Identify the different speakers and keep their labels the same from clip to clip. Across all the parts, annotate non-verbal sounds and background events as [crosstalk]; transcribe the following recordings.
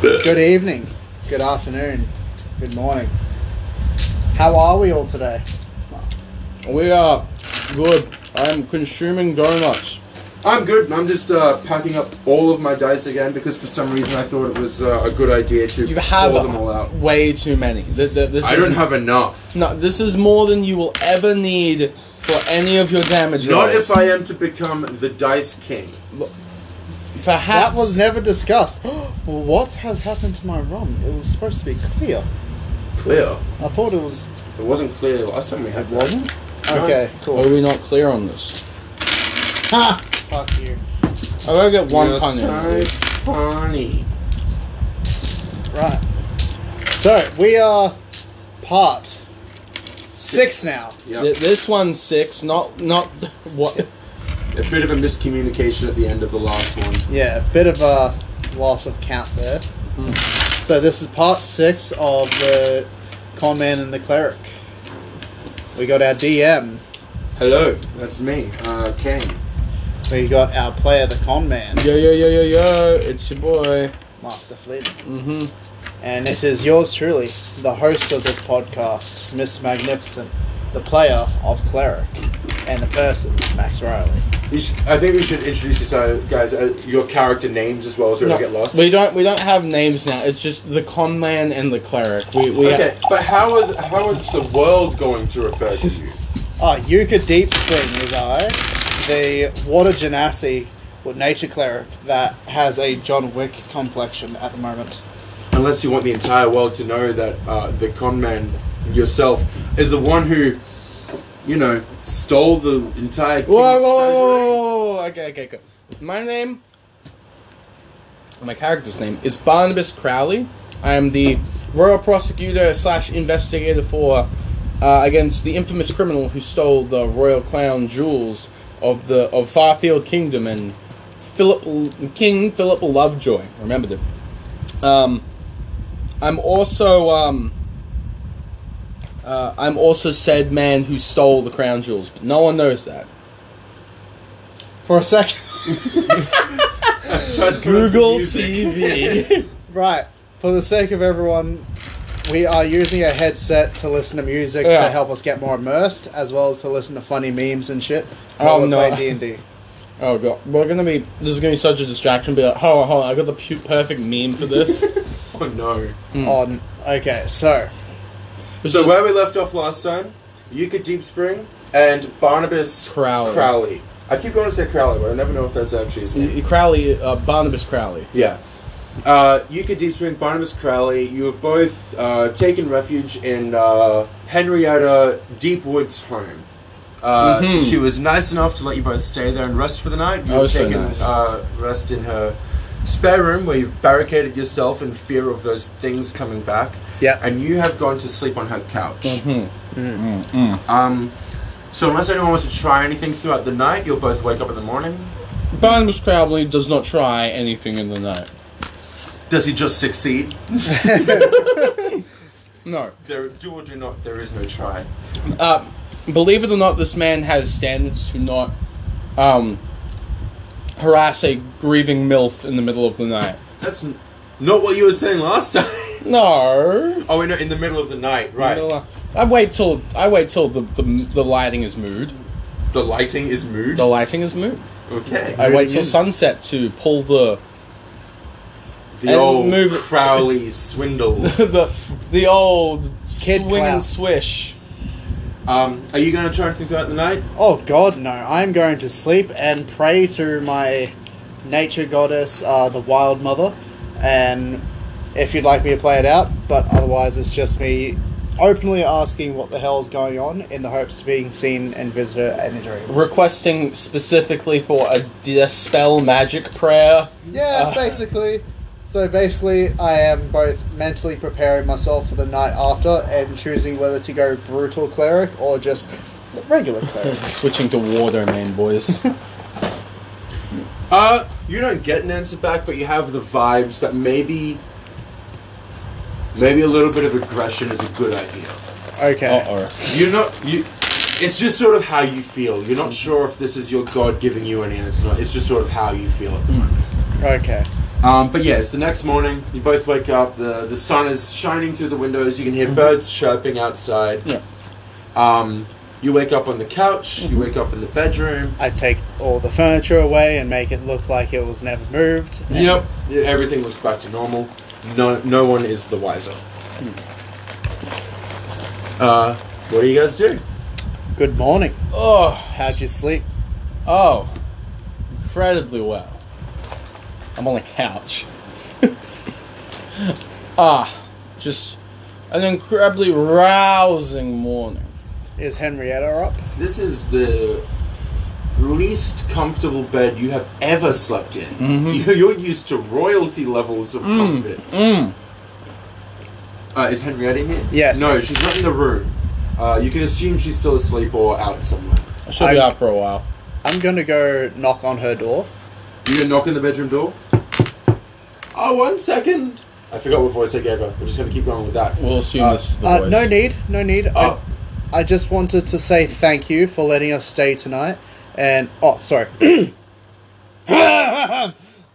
Speaker 1: Good evening, good afternoon, good morning. How are we all today?
Speaker 2: We are good. I am consuming donuts.
Speaker 3: I'm good. I'm just uh, packing up all of my dice again because for some reason I thought it was uh, a good idea to
Speaker 2: You have
Speaker 3: pour them all out.
Speaker 2: way too many. Th- th- this
Speaker 3: I
Speaker 2: is,
Speaker 3: don't have enough.
Speaker 2: No, this is more than you will ever need for any of your damage
Speaker 3: Not
Speaker 2: rolls.
Speaker 3: if I am to become the dice king.
Speaker 2: Perhaps
Speaker 1: That was never discussed. [gasps] well, what has happened to my rum? It was supposed to be clear.
Speaker 3: Clear.
Speaker 1: I thought it was.
Speaker 3: It wasn't clear last time we had
Speaker 1: It
Speaker 3: that.
Speaker 1: wasn't? Okay,
Speaker 2: Are
Speaker 1: cool.
Speaker 2: we not clear on this?
Speaker 1: Ha! Fuck you.
Speaker 2: I gotta get one
Speaker 3: You're
Speaker 2: pun in.
Speaker 3: so funny.
Speaker 1: Right. So, we are part six now.
Speaker 3: Yeah.
Speaker 2: Th- This one's six, not not [laughs] what.
Speaker 3: A bit of a miscommunication at the end of the last one.
Speaker 1: Yeah, a bit of a loss of count there. So this is part six of the con man and the cleric. We got our DM.
Speaker 3: Hello, that's me, uh, King.
Speaker 1: We got our player, the con man,
Speaker 2: Yo yo yo yo yo! It's your boy.
Speaker 1: Master Flynn,
Speaker 2: Mm-hmm.
Speaker 1: and it is yours truly, the host of this podcast, Miss Magnificent, the player of cleric, and the person Max Riley.
Speaker 3: You sh- I think we should introduce you to guys uh, your character names as well, so we don't get lost.
Speaker 2: We don't we don't have names now. It's just the con man and the cleric. We we
Speaker 3: okay, but how are th- how is the world going to refer to you?
Speaker 1: Ah, Yuka Deep Spring is I, the water genasi or nature cleric that has a John Wick complexion at the moment.
Speaker 3: unless you want the entire world to know that uh, the con man yourself is the one who, you know, stole the entire. King's
Speaker 2: Whoa, whoa, whoa,
Speaker 3: treasury.
Speaker 2: whoa, whoa, whoa, Okay, okay, good. My name, my character's name is Barnabas Crowley. I am the royal prosecutor slash investigator for uh, against the infamous criminal who stole the royal crown jewels of the of Farfield Kingdom and Philip King Philip Lovejoy. Remember them. Um, I'm also um, uh, I'm also said man who stole the crown jewels, but no one knows that.
Speaker 1: For a second.
Speaker 3: Tried to put on some
Speaker 2: Google
Speaker 3: music.
Speaker 2: TV.
Speaker 1: Right. For the sake of everyone, we are using a headset to listen to music
Speaker 2: Yeah.
Speaker 1: to help us get more immersed, as well as to listen to funny memes and shit
Speaker 2: Oh,
Speaker 1: while we're
Speaker 2: no.
Speaker 1: playing D and D.
Speaker 2: [laughs] oh god, we're gonna be. This is gonna be such a distraction. Be like, hold on, hold on. I got the pu- perfect meme for [laughs] this.
Speaker 3: Oh no!
Speaker 2: Hmm.
Speaker 1: On okay, so
Speaker 3: So where we left off last time, Yuka Deep Spring and Barnabas
Speaker 2: Crowley.
Speaker 3: Crowley. I keep going to say Crowley, but I never know if that's actually his name.
Speaker 2: Y- Crowley, uh, Barnabas Crowley.
Speaker 3: Yeah. Uh, Yuka Deep Spring, Barnabas Crowley, you have both uh, taken refuge in uh, Henrietta Deepwood's home. Uh,
Speaker 2: Mhm.
Speaker 3: She was nice enough to let you both stay there and rest for the night. You
Speaker 2: Oh,
Speaker 3: have
Speaker 2: so
Speaker 3: taken
Speaker 2: nice.
Speaker 3: uh, rest in her spare room where you've barricaded yourself in fear of those things coming back.
Speaker 1: Yeah.
Speaker 3: And you have gone to sleep on her couch.
Speaker 2: Mm-hmm.
Speaker 3: Um, so, unless anyone wants to try anything throughout the night, you'll both wake up in the morning.
Speaker 2: Barnabas Crowley does not try anything in the night.
Speaker 3: Does he just succeed?
Speaker 2: No.
Speaker 3: There, do or do not, there is no try.
Speaker 2: Uh, believe it or not, this man has standards to not um, harass a grieving milf in the middle of the night.
Speaker 3: That's n- not what you were saying last [laughs] time.
Speaker 2: No.
Speaker 3: oh, in, in the middle of the night, right?
Speaker 2: I wait till I wait till the, the, the lighting is mood.
Speaker 3: The lighting is mood.
Speaker 2: The lighting is mood.
Speaker 3: Okay. Mm.
Speaker 2: I wait till
Speaker 3: Moving
Speaker 2: sunset to pull the
Speaker 3: in. The
Speaker 2: and
Speaker 3: old
Speaker 2: move- [laughs]
Speaker 3: Crowley swindle.
Speaker 2: the the old
Speaker 1: Kid
Speaker 2: swing
Speaker 1: clap.
Speaker 2: and swish.
Speaker 3: Um, are you going to try anything throughout the night?
Speaker 1: oh god no, I'm going to sleep and pray to my nature goddess, uh, the Wild Mother, and if you'd like me to play it out, but otherwise it's just me openly asking what the hell's going on in the hopes of being seen and visited and dream.
Speaker 2: Requesting specifically for a dispel magic prayer.
Speaker 1: Yeah,
Speaker 2: Uh,
Speaker 1: basically. So basically, I am both mentally preparing myself for the night after and choosing whether to go brutal cleric or just the regular
Speaker 2: [laughs]
Speaker 1: cleric.
Speaker 2: Switching to war domain, [laughs] boys.
Speaker 3: Uh, you don't get an answer back, but you have the vibes that maybe, maybe a little bit of aggression is a good idea.
Speaker 1: Okay.
Speaker 2: Uh
Speaker 3: You're not you. It's just sort of how you feel. You're
Speaker 2: Mm. Mm.
Speaker 3: not sure if this is your God giving you any, and it's not. It's just sort of how you feel at the moment.
Speaker 1: Okay.
Speaker 3: Um, but yeah, it's the next morning. You both wake up. the The sun is shining through the windows. You can hear birds chirping outside.
Speaker 2: Yeah.
Speaker 3: Um, you wake up on the couch. You wake up in the bedroom.
Speaker 1: I take all the furniture away and make it look like it was never moved. and
Speaker 3: Yep. Everything looks back to normal. No, no one is the wiser. Uh, what do you guys do?
Speaker 1: Good morning.
Speaker 2: Oh,
Speaker 1: How'd you sleep?
Speaker 2: oh, incredibly well. I'm on the couch. [laughs] ah, just an incredibly rousing morning.
Speaker 1: Is Henrietta up?
Speaker 3: This is the least comfortable bed you have ever slept in. You- [laughs] You're used to royalty levels of comfort.
Speaker 2: Mmm.
Speaker 3: Uh, is Henrietta here?
Speaker 1: Yes.
Speaker 3: No, she's not in the room. Uh, you can assume she's still asleep or out somewhere.
Speaker 2: I should be
Speaker 1: I'm-
Speaker 2: out for a while.
Speaker 1: I'm gonna go knock on her door.
Speaker 3: You gonna knock on the bedroom door? Oh, one second. I forgot what voice I gave her. We're just gonna keep going with that.
Speaker 2: We'll assume
Speaker 3: Uh,
Speaker 2: this is the
Speaker 1: Uh,
Speaker 2: voice.
Speaker 1: no need, no need.
Speaker 3: Oh,
Speaker 1: I, I just wanted to say thank you for letting us stay tonight. And oh, sorry.
Speaker 2: Do you have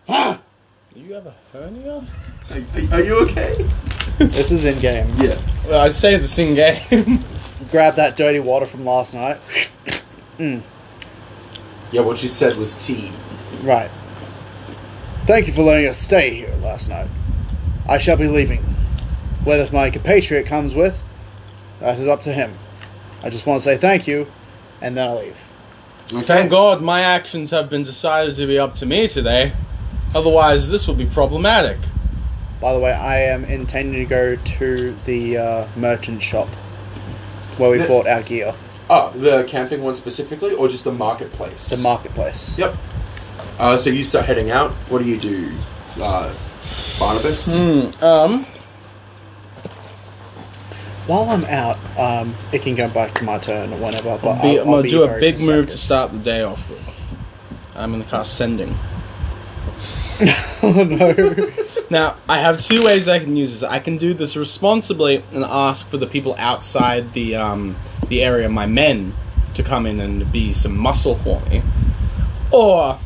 Speaker 2: a hernia?
Speaker 3: are, are you okay?
Speaker 1: this is in game.
Speaker 3: Yeah.
Speaker 2: Well, I say this in [laughs] game.
Speaker 1: Grab that dirty water from last night. [laughs]
Speaker 3: Yeah, what she said was tea.
Speaker 1: Right. Thank you for letting us stay here last night. I shall be leaving. Whether my compatriot comes with, that is up to him. I just want to say thank you, and then I'll leave.
Speaker 2: Thank God my actions have been decided to be up to me today. Otherwise, this would be problematic.
Speaker 1: By the way, I am intending to go to the uh, merchant shop where we
Speaker 3: The-
Speaker 1: bought our gear,
Speaker 3: Oh, the camping one specifically, or just the marketplace?
Speaker 1: the marketplace.
Speaker 3: Yep. Uh, so you start heading out. What do you do, uh, Barnabas?
Speaker 2: Hmm, um,
Speaker 1: While I'm out, um, it can go back to my turn or whatever. But I'll,
Speaker 2: be, I'm
Speaker 1: I'll
Speaker 2: gonna
Speaker 1: be
Speaker 2: do a
Speaker 1: very
Speaker 2: big move to
Speaker 1: perceptive.
Speaker 2: start the day off with. I'm gonna cast sending.
Speaker 1: [laughs] oh no!
Speaker 2: [laughs] Now, I have two ways I can use this. I can do this responsibly and ask for the people outside the um, the area, my men, to come in and be some muscle for me. Or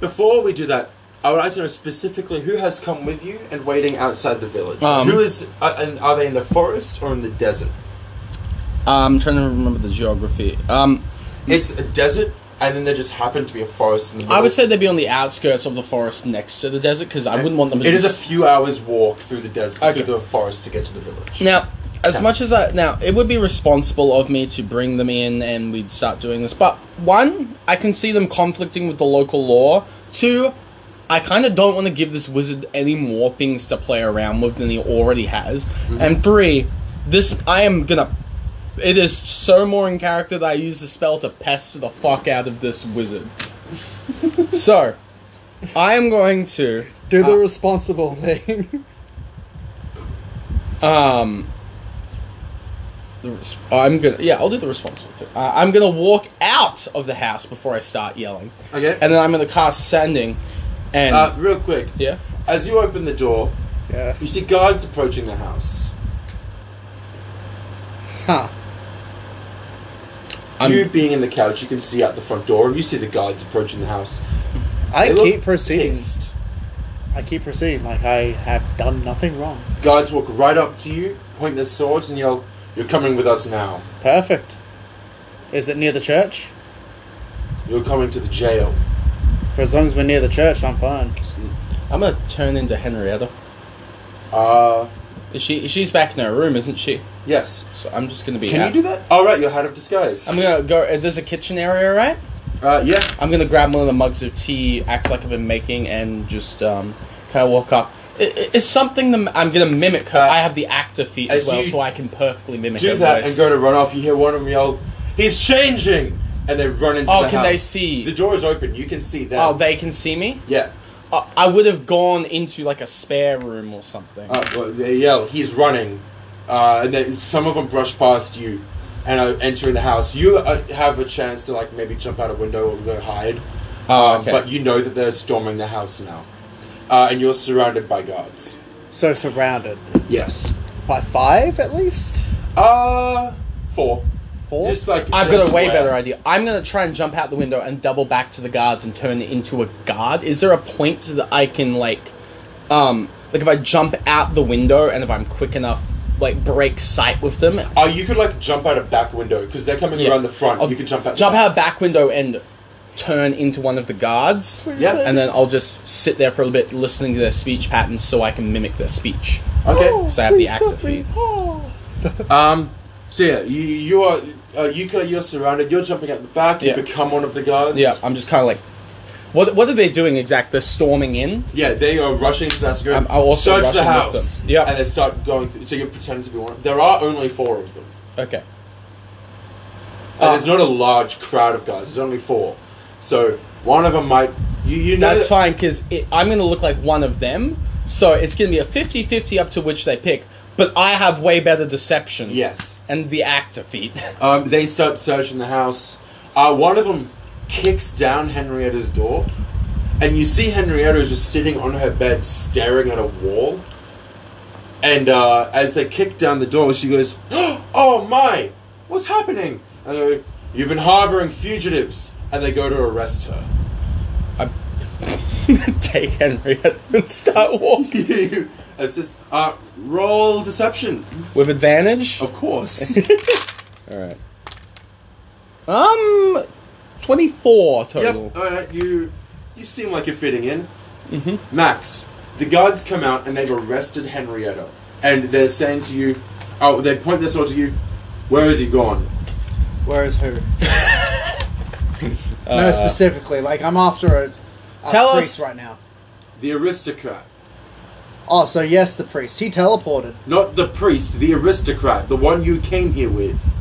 Speaker 3: Before we do that, I would like to know specifically who has come with you and waiting outside the village.
Speaker 2: Um,
Speaker 3: who is? Uh, and are they in the forest or in the desert?
Speaker 2: um, I'm trying to remember the geography. Um,
Speaker 3: It's a desert, and then there just happened to be a forest in the middle.
Speaker 2: I would say they'd be on the outskirts of the forest next to the desert because I wouldn't want them. to
Speaker 3: It
Speaker 2: be
Speaker 3: is a
Speaker 2: s-
Speaker 3: few hours walk through the desert,
Speaker 2: Okay.
Speaker 3: through the forest to get to the village.
Speaker 2: Now, as much as I now, it would be responsible of me to bring them in and we'd start doing this. But one, I can see them conflicting with the local law. Two, I kind of don't want to give this wizard any more things to play around with than he already has. And three, this I am gonna. It is so more in character that I use the spell to pester the fuck out of this wizard. so, I am going to
Speaker 1: Do the responsible thing. [laughs]
Speaker 2: Um, the res- I'm gonna yeah, I'll do the responsible thing. Uh, I'm gonna walk out of the house before I start yelling,
Speaker 3: Okay.
Speaker 2: and then I'm gonna cast sending, and
Speaker 3: uh, real quick,
Speaker 2: yeah,
Speaker 3: as you open the door,
Speaker 1: [laughs] yeah.
Speaker 3: you see guards approaching the house.
Speaker 1: Huh.
Speaker 2: I'm,
Speaker 3: you being in the couch, you can see out the front door, and you see the guards approaching the house.
Speaker 1: I
Speaker 3: They look
Speaker 1: keep proceeding.
Speaker 3: pissed.
Speaker 1: I keep proceeding like I have done nothing wrong.
Speaker 3: Guards walk right up to you, point their swords, and yell, "You're coming with us now.
Speaker 1: Perfect. Is it near the church?
Speaker 3: You're coming to the jail."
Speaker 1: For as long as we're near the church, I'm fine.
Speaker 2: I'm gonna turn into Henrietta.
Speaker 3: Uh,
Speaker 2: Is She she's back in her room, isn't she?
Speaker 3: yes.
Speaker 2: So I'm just gonna be.
Speaker 3: Can
Speaker 2: out.
Speaker 3: you do that? All right, you're out of disguise.
Speaker 2: I'm gonna go. uh, There's a kitchen area, right?
Speaker 3: Uh, yeah.
Speaker 2: I'm gonna grab one of the mugs of tea, act like I've been making, and just um, kind of walk up. I- I- It's something that I'm gonna mimic her.
Speaker 3: Uh,
Speaker 2: I have the actor feet as,
Speaker 3: as
Speaker 2: well,
Speaker 3: you
Speaker 2: so I can perfectly mimic her
Speaker 3: Do that
Speaker 2: voice.
Speaker 3: and go to run off. You hear one of them yell, "He's changing!" And they run into
Speaker 2: Oh,
Speaker 3: the
Speaker 2: can
Speaker 3: house.
Speaker 2: they see?
Speaker 3: The door is open. You can see them.
Speaker 2: Oh, they can see me.
Speaker 3: Yeah.
Speaker 2: I, I would have gone into like a spare room or something.
Speaker 3: Uh, well, they yell, "He's running!" Uh, and then some of them brush past you and are entering the house. You uh, have a chance to like maybe jump out a window or go hide.
Speaker 2: Oh,
Speaker 3: Um,
Speaker 2: okay.
Speaker 3: But you know that they're storming the house now, uh, and you're surrounded by guards.
Speaker 1: So surrounded.
Speaker 3: Yes.
Speaker 1: By five at least?
Speaker 3: Uh, four.
Speaker 1: fall?
Speaker 3: Just like
Speaker 2: I've got a
Speaker 3: this
Speaker 2: way
Speaker 3: way.
Speaker 2: better idea. I'm gonna try and jump out the window and double back to the guards and turn it into a guard. Is there a point so that I can like, um, like if I jump out the window and if I'm quick enough, like break sight with them?
Speaker 3: Oh, you could like jump out a back window because they're coming
Speaker 2: Yeah.
Speaker 3: around the front.
Speaker 2: I'll
Speaker 3: you could jump out.
Speaker 2: Jump out a back window and turn into one of the guards.
Speaker 3: Yeah.
Speaker 2: And then I'll just sit there for a little bit listening to their speech patterns so I can mimic their speech.
Speaker 3: Okay.
Speaker 2: So I have the active feed.
Speaker 3: Um. So yeah, you you are uh, Yuka. You're surrounded. You're jumping out the back. You
Speaker 2: Yeah.
Speaker 3: become one of the guards.
Speaker 2: Yeah, I'm just kind of like, what what are they doing exactly? They're storming in.
Speaker 3: Yeah, they are rushing to that security.
Speaker 2: I'm- I'm also
Speaker 3: search the
Speaker 2: rushing with
Speaker 3: house.
Speaker 2: them. Yeah.
Speaker 3: and they start going. Through, so you're pretending to be one. There are only four of them.
Speaker 2: Okay.
Speaker 3: And
Speaker 2: Ah.
Speaker 3: there's not a large crowd of guys. There's only four. So one of them might. You you know
Speaker 2: That's
Speaker 3: that-
Speaker 2: fine because I'm going to look like one of them. So it's going to be a 50 50 up to which they pick. But I have way better deception.
Speaker 3: Yes.
Speaker 2: And the actor feat.
Speaker 3: Um, they start searching the house. Uh, one of them kicks down Henrietta's door, and you see Henrietta is just sitting on her bed staring at a wall. And uh, as they kick down the door, she goes, [gasps] "Oh my, what's happening?" And they go, "You've been harboring fugitives," and they go to arrest her. [laughs]
Speaker 2: I'm [laughs] take Henrietta and start walking.
Speaker 3: you assist. Uh, roll deception,
Speaker 2: With advantage?
Speaker 3: of course. [laughs]
Speaker 2: Alright. Um. 24
Speaker 3: Yep.
Speaker 2: total.
Speaker 3: All right. You you seem like you're fitting in. Mm-hmm. Max, the guards come out and they've arrested Henrietta, and they're saying to you, oh, they point their sword to you. Where is he gone?
Speaker 1: Where is [laughs] who? no, specifically. Like, I'm after a, a
Speaker 2: Tell
Speaker 1: priest
Speaker 2: us-
Speaker 1: right now.
Speaker 3: The aristocrat,
Speaker 1: Oh, so yes, the priest. He teleported.
Speaker 3: not the priest. The aristocrat, the one you came here with.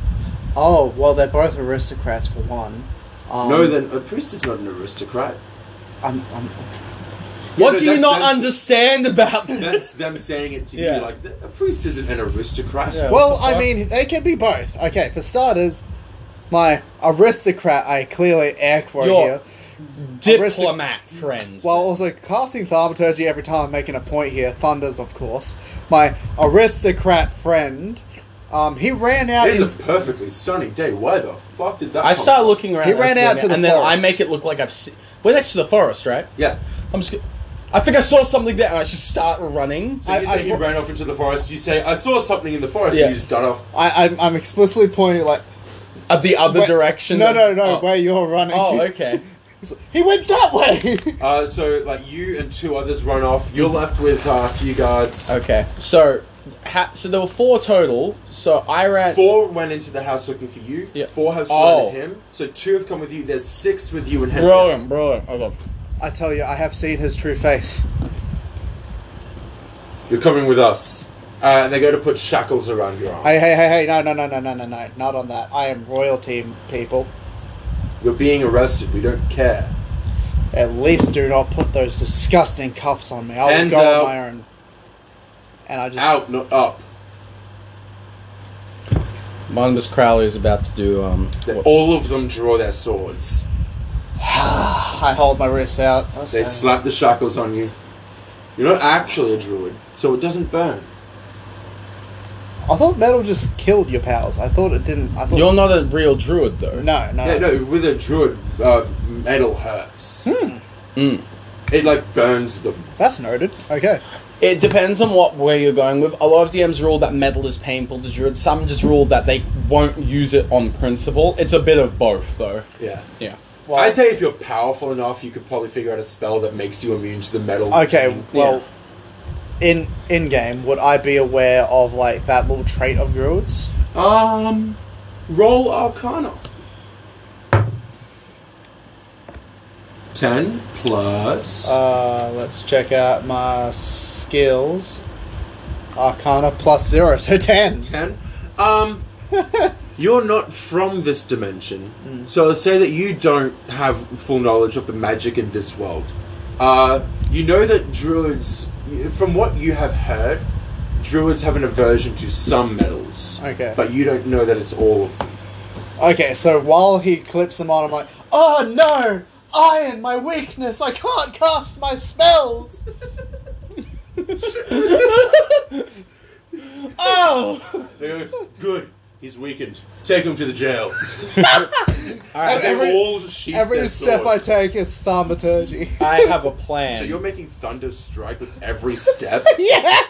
Speaker 1: Oh, well, they're both aristocrats for one. Um,
Speaker 3: no, then a priest is not an aristocrat.
Speaker 1: I'm, I'm,
Speaker 2: What
Speaker 3: Yeah,
Speaker 2: do
Speaker 3: no,
Speaker 2: you
Speaker 3: that's-
Speaker 2: not
Speaker 3: that's-
Speaker 2: understand
Speaker 3: [laughs]
Speaker 2: about
Speaker 1: [laughs]
Speaker 2: this?
Speaker 3: That's them saying it to
Speaker 2: Yeah.
Speaker 3: you, like a priest isn't an aristocrat.
Speaker 2: Yeah.
Speaker 1: Well,
Speaker 2: What the
Speaker 1: I
Speaker 2: fuck?
Speaker 1: mean, they can be both. Okay, for starters, my aristocrat, I clearly air quote
Speaker 2: Your
Speaker 1: here,
Speaker 2: Diplomat friend.
Speaker 1: while also casting thaumaturgy every time I'm making a point here, thunders, of course. My aristocrat friend, um, he ran out.
Speaker 3: It is a
Speaker 1: In,
Speaker 3: perfectly sunny day. Why the fuck did that?
Speaker 2: I
Speaker 3: come
Speaker 2: start
Speaker 3: from?
Speaker 2: looking around.
Speaker 1: Oh. He
Speaker 2: at
Speaker 1: ran
Speaker 2: us
Speaker 1: out
Speaker 2: there,
Speaker 1: to the
Speaker 2: and then I
Speaker 1: forest.
Speaker 2: make it look like I've seen. We're next to the forest, right?
Speaker 3: Yeah.
Speaker 2: I'm just. go- I think I saw something there. and I should start running.
Speaker 3: So
Speaker 1: I-
Speaker 3: you
Speaker 1: I-
Speaker 3: say you ran off into the forest. You say I saw something in the forest.
Speaker 2: Yeah.
Speaker 3: And you just dart off.
Speaker 1: I, I'm, I'm explicitly pointing like
Speaker 2: At the other
Speaker 1: where-
Speaker 2: direction.
Speaker 1: No,
Speaker 2: of-
Speaker 1: no, no,
Speaker 2: oh.
Speaker 1: where you're running.
Speaker 2: Oh, okay.
Speaker 1: he [laughs] went that way. [laughs]
Speaker 3: Uh, so like you and two others run off. You're left with uh, a few guards.
Speaker 2: Okay. So, ha- so there were four total. So I ran.
Speaker 3: Four went into the house looking for you.
Speaker 2: Yeah.
Speaker 3: Four have surrounded
Speaker 2: Oh.
Speaker 3: him. So two have come with you. There's six with you and Henry.
Speaker 2: Brilliant, brilliant. Okay.
Speaker 1: I tell you, I have seen his true face.
Speaker 3: You're coming with us. Uh, and they go to put shackles around your arms.
Speaker 1: Hey, hey, hey, hey! No, no, no, no, no, no, no! Not on that. I am royal team people.
Speaker 3: You're being arrested. We don't care.
Speaker 1: At least do not put those disgusting cuffs on me. I will
Speaker 3: Hands
Speaker 1: go
Speaker 3: out.
Speaker 1: on my own. And I just
Speaker 3: Out, not up.
Speaker 2: Monibus Crowley is about to do. Um.
Speaker 3: They- All of them draw their swords.
Speaker 1: I hold my wrists out. That's
Speaker 3: They
Speaker 1: fine.
Speaker 3: slap the shackles on you. You're not actually a druid, so it doesn't burn.
Speaker 1: I thought metal just killed your powers. I thought it didn't. I thought
Speaker 2: You're not a real druid, though.
Speaker 1: no, no.
Speaker 3: Yeah, no, with a druid, uh, metal hurts.
Speaker 2: Mm.
Speaker 3: It like burns them.
Speaker 1: That's noted. Okay.
Speaker 2: It depends on what way you're going with. A lot of DMs rule that metal is painful to druids. Some just rule that they won't use it on principle. It's a bit of both, though.
Speaker 3: Yeah.
Speaker 2: Yeah.
Speaker 1: Well,
Speaker 3: I'd say if you're powerful enough, you could probably figure out a spell that makes you immune to the metal.
Speaker 1: okay. Well,
Speaker 2: Yeah.
Speaker 1: in in game, would I be aware of like that little trait of druids?
Speaker 3: Um, roll Arcana. Ten plus.
Speaker 1: Uh, let's check out my skills. Arcana plus zero, so ten.
Speaker 3: Ten. Um, [laughs] you're not from this dimension,
Speaker 1: Mm.
Speaker 3: so I'll say that you don't have full knowledge of the magic in this world. Uh, you know that druids, from what you have heard, druids have an aversion to some metals.
Speaker 1: Okay.
Speaker 3: But you don't know that it's all of them.
Speaker 1: Okay, so while he clips them on, I'm like, oh no! Iron, my weakness! I can't cast my
Speaker 3: [laughs]
Speaker 1: spells!
Speaker 2: Oh.
Speaker 1: Oh!
Speaker 3: They go, Good. He He's weakened. Take him to
Speaker 1: [laughs]
Speaker 3: the jail.
Speaker 2: All right.
Speaker 1: Okay. Every-
Speaker 3: they all sheathe
Speaker 1: Every
Speaker 3: their
Speaker 1: step I
Speaker 3: swords.
Speaker 1: take, it's
Speaker 3: [laughs]
Speaker 1: thaumaturgy.
Speaker 2: I have a plan.
Speaker 3: So you're making thunder strike with
Speaker 1: [laughs]
Speaker 3: every step.
Speaker 1: yeah.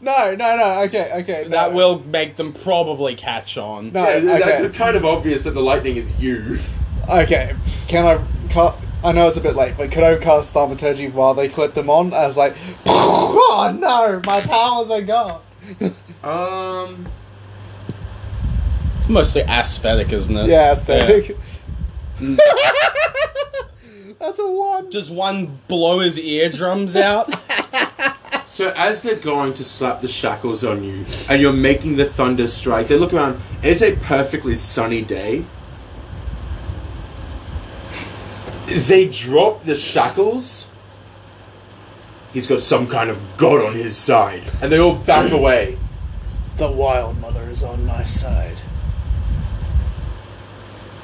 Speaker 1: No, no, no. Okay, okay. No.
Speaker 2: that will make them probably catch on.
Speaker 1: No,
Speaker 3: Yeah,
Speaker 1: okay.
Speaker 3: That's kind of obvious that the lightning is you.
Speaker 1: Okay, can I? Ca- I know it's a bit late, but could I cast thaumaturgy while they clip them on? I was like, [laughs] oh no, my powers are gone. [laughs]
Speaker 3: Um,
Speaker 2: It's mostly aesthetic, isn't it?
Speaker 1: Yeah, aesthetic.
Speaker 2: Yeah. Mm.
Speaker 1: [laughs] That's a one.
Speaker 2: Does one blow his
Speaker 1: [laughs]
Speaker 2: eardrums out?
Speaker 3: so as they're going to slap the shackles on you, and you're making the thunder strike, they look around. and It's a perfectly sunny day. They drop the shackles. He's got some kind of god on his side, and they all back away.
Speaker 1: The Wild Mother is on my side.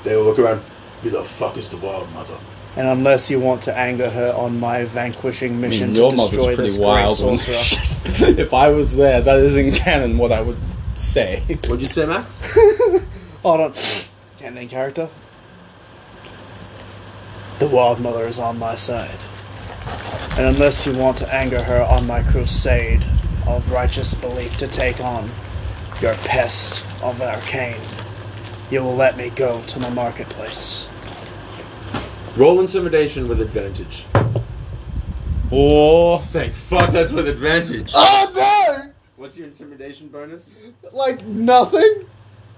Speaker 3: They all look around. Who the fuck is the wild mother?
Speaker 1: And unless you want to anger her on my vanquishing mission
Speaker 2: Your
Speaker 1: to
Speaker 2: mother's
Speaker 1: destroy
Speaker 2: pretty
Speaker 1: this
Speaker 2: wild.
Speaker 1: great
Speaker 2: one.
Speaker 1: sorcerer,
Speaker 2: [laughs] if I was there, that is in canon what I would say. [laughs]
Speaker 3: What'd you say, Max?
Speaker 1: hold on, and in character, the Wild Mother is on my side. And unless you want to anger her on my crusade of righteous belief to take on your pest of arcane, you will let me go to my marketplace.
Speaker 3: Roll intimidation with advantage.
Speaker 2: Oh,
Speaker 3: Thank fuck, that's with advantage.
Speaker 1: Oh
Speaker 3: What's your intimidation bonus?
Speaker 1: no! Like nothing?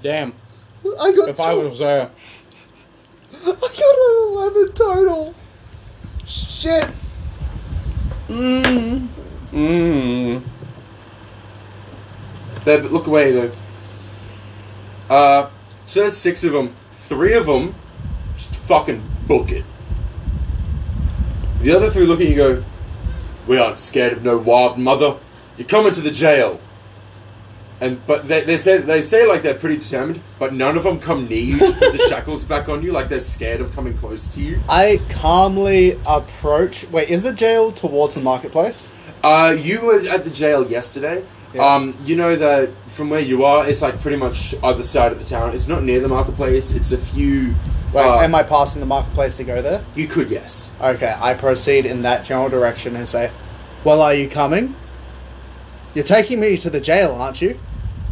Speaker 2: damn.
Speaker 1: I got
Speaker 2: If I was there.
Speaker 1: I got an 11 total. Shit.
Speaker 2: Mmm. Mmm.
Speaker 3: They look away though. Uh, so there's six of them. Three of them just fucking book it. The other three look at you and go, "We aren't scared of no wild mother. You're coming to the jail." And but they, they say they say like they're pretty determined, but none of them come near you. to put [laughs] the shackles back on you, like they're scared of coming close to you.
Speaker 1: I calmly approach. Wait, is the jail towards the marketplace?
Speaker 3: Uh, you were at the jail yesterday.
Speaker 1: Yeah.
Speaker 3: Um, you know that from where you are, it's like pretty much other side of the town. It's not near the marketplace. It's a few.
Speaker 1: Like,
Speaker 3: uh,
Speaker 1: am I passing the marketplace to go there?
Speaker 3: You could yes.
Speaker 1: Okay, I proceed in that general direction and say, Well, are you coming? You're taking me to the jail, aren't you?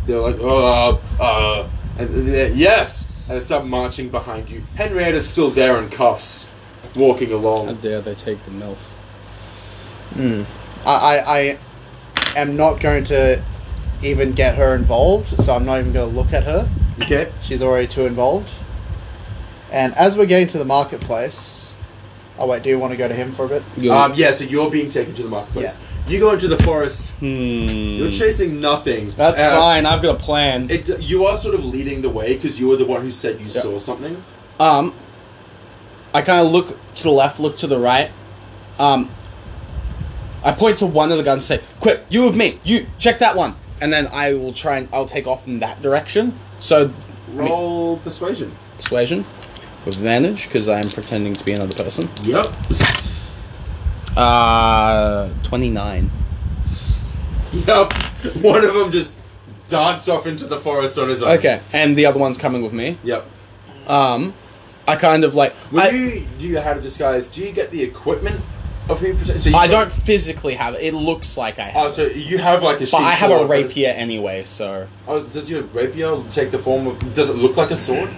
Speaker 3: They're like, uh, uh, and, and they're, yes, and they start marching behind you. Henrietta's still there in cuffs, walking
Speaker 2: How
Speaker 3: along.
Speaker 2: dare they take the MILF.
Speaker 1: I, I, I am not going to even get her involved, so I'm not even going to look at her.
Speaker 3: Okay.
Speaker 1: She's already too involved. And as we're getting to the marketplace. Oh, wait, do you want to go to him for a bit?
Speaker 3: Um, yeah. So you're being taken to the marketplace. You go into the forest. You're
Speaker 2: hmm.
Speaker 3: chasing nothing.
Speaker 2: That's
Speaker 3: Uh,
Speaker 2: fine, I've got a plan.
Speaker 3: It, you are sort of leading the way because you were the one who said you
Speaker 2: Yeah.
Speaker 3: saw something.
Speaker 2: Um, I kind of look to the left, look to the right. Um, I point to one of the guns, and say, "Quick, you with me? You check that one." And then I will try and I'll take off in that direction. So, I mean,
Speaker 3: Roll persuasion.
Speaker 2: persuasion with advantage because I'm pretending to be another person.
Speaker 3: Yep. [laughs]
Speaker 2: Uh, twenty nine.
Speaker 3: Yep. One of them just darts off into the forest on his own.
Speaker 2: Okay, and the other one's coming with me.
Speaker 3: Yep.
Speaker 2: Um, I kind of like
Speaker 3: When
Speaker 2: I,
Speaker 3: you do how to disguise, do you get the equipment of who protect? So you
Speaker 2: I don't physically have it. It looks like I have,
Speaker 3: Oh, so you have like a.
Speaker 2: but I have a
Speaker 3: sword, but it-
Speaker 2: rapier anyway. So.
Speaker 3: Oh, does your rapier take the form of? Does it look like a sword?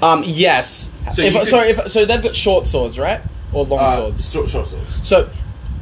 Speaker 2: Um, yes.
Speaker 3: So
Speaker 2: So if,
Speaker 3: you could-
Speaker 2: so if so they've got short swords, right? Or long
Speaker 3: Uh,
Speaker 2: swords.
Speaker 3: Short, short swords.
Speaker 2: So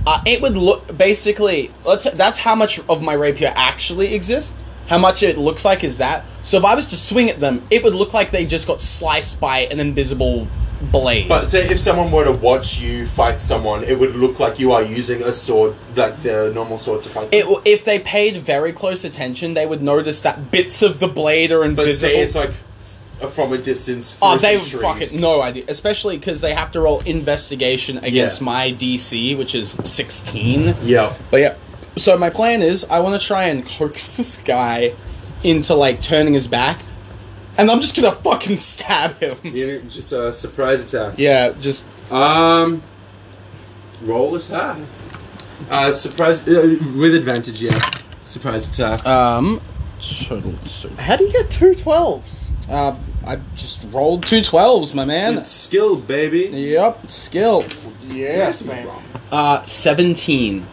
Speaker 2: uh, it would look basically let's that's how much of my rapier actually exists. How much it looks like is that. So if I was to swing at them, it would look like they just got sliced by an invisible blade.
Speaker 3: But say if someone were to watch you fight someone, it would look like you are using a sword, like the normal sword to fight.
Speaker 2: it,
Speaker 3: them.
Speaker 2: w- if they paid very close attention, they would notice that bits of the blade are
Speaker 3: But
Speaker 2: invisible.
Speaker 3: say it's like f- from a distance.
Speaker 2: Oh,
Speaker 3: through
Speaker 2: they
Speaker 3: some trees.
Speaker 2: fucking no idea. Especially because they have to roll investigation against
Speaker 3: Yeah.
Speaker 2: my DC, which is sixteen.
Speaker 3: Yeah.
Speaker 2: But yeah, so my plan is I want to try and coax [laughs] this guy into like turning his back, and I'm just gonna fucking stab him.
Speaker 3: You know, just a surprise attack.
Speaker 2: Yeah, just
Speaker 3: Um, roll attack. Uh, surprise uh, with advantage. Yeah, surprise attack.
Speaker 2: um, total soup.
Speaker 1: How do you get two 12s?
Speaker 2: Uh, I just rolled two 12s, my man.
Speaker 3: It's skill, baby.
Speaker 2: Yep, skill.
Speaker 1: Yes,
Speaker 3: Where's
Speaker 1: man.
Speaker 3: he from?
Speaker 2: Uh, 17.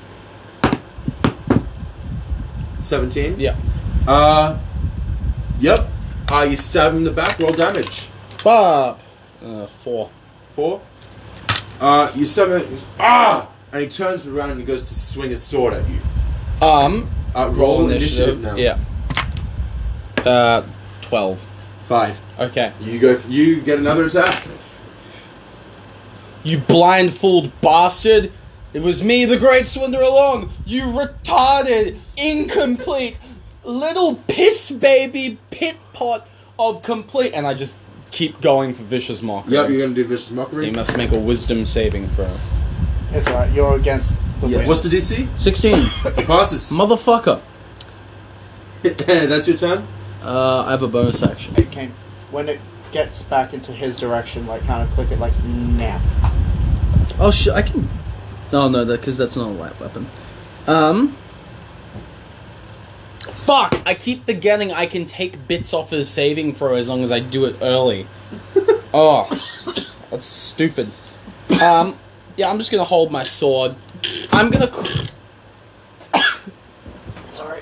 Speaker 3: 17?
Speaker 2: Yeah.
Speaker 3: Uh, yep. Uh, you stab him in the back, roll damage.
Speaker 2: Bob. Uh, 4.
Speaker 3: Four. Uh, you stab him, he goes, ah! And he turns around and he goes to swing his sword at you.
Speaker 2: Um,
Speaker 3: Uh, roll,
Speaker 2: roll
Speaker 3: initiative,
Speaker 2: initiative.
Speaker 3: now.
Speaker 2: Yeah. Uh, 12.
Speaker 3: Five.
Speaker 2: Okay.
Speaker 3: You go, you get another attack.
Speaker 2: You blindfold bastard! It was me, the great swindler along! You retarded, incomplete, little piss baby pit pot of complete. And I just keep going for vicious mockery.
Speaker 3: Yep, you're gonna do vicious
Speaker 2: You
Speaker 3: mockery.
Speaker 2: must make a wisdom saving throw.
Speaker 1: It's alright, you're against the
Speaker 2: Yes.
Speaker 1: wind.
Speaker 3: What's the DC?
Speaker 2: 16. [laughs]
Speaker 3: It passes. [laughs]
Speaker 2: Motherfucker.
Speaker 3: That's your turn.
Speaker 2: Uh, I have a bonus action.
Speaker 1: it came when it gets back into his direction, like kind of click it like now.
Speaker 2: Oh shit, I can. No, no, because that's not a light weapon. Um. Fuck! I keep forgetting I can take bits off his saving throw as long as I do it
Speaker 3: [laughs]
Speaker 2: early. oh, that's stupid. Um, yeah, I'm just gonna hold my sword. I'm gonna. Cr-
Speaker 1: [laughs] Sorry.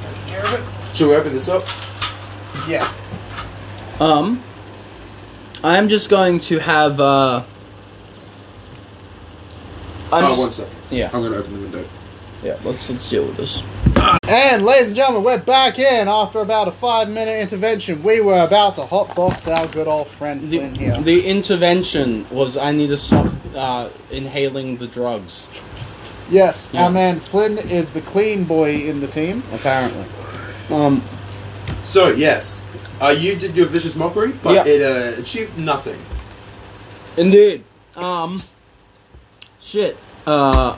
Speaker 1: Take care of it.
Speaker 3: Should we open this up?
Speaker 1: Yeah.
Speaker 2: um. I'm just going to have, uh. I'm
Speaker 3: oh,
Speaker 2: just-
Speaker 3: one second.
Speaker 2: Yeah,
Speaker 3: I'm gonna open the window.
Speaker 2: yeah, let's, let's deal with this.
Speaker 1: And ladies and gentlemen, we're back in after about a five minute intervention. We were about to hotbox our good old friend
Speaker 2: The,
Speaker 1: Flynn here.
Speaker 2: the intervention was I need to stop uh, inhaling the drugs,
Speaker 1: yes,
Speaker 2: Yeah.
Speaker 1: our man Flynn is the clean boy in the team.
Speaker 2: apparently. Um,
Speaker 3: So yes, uh, you did your vicious mockery, but
Speaker 2: Yeah.
Speaker 3: it uh, achieved nothing.
Speaker 2: indeed. Um, shit. Uh,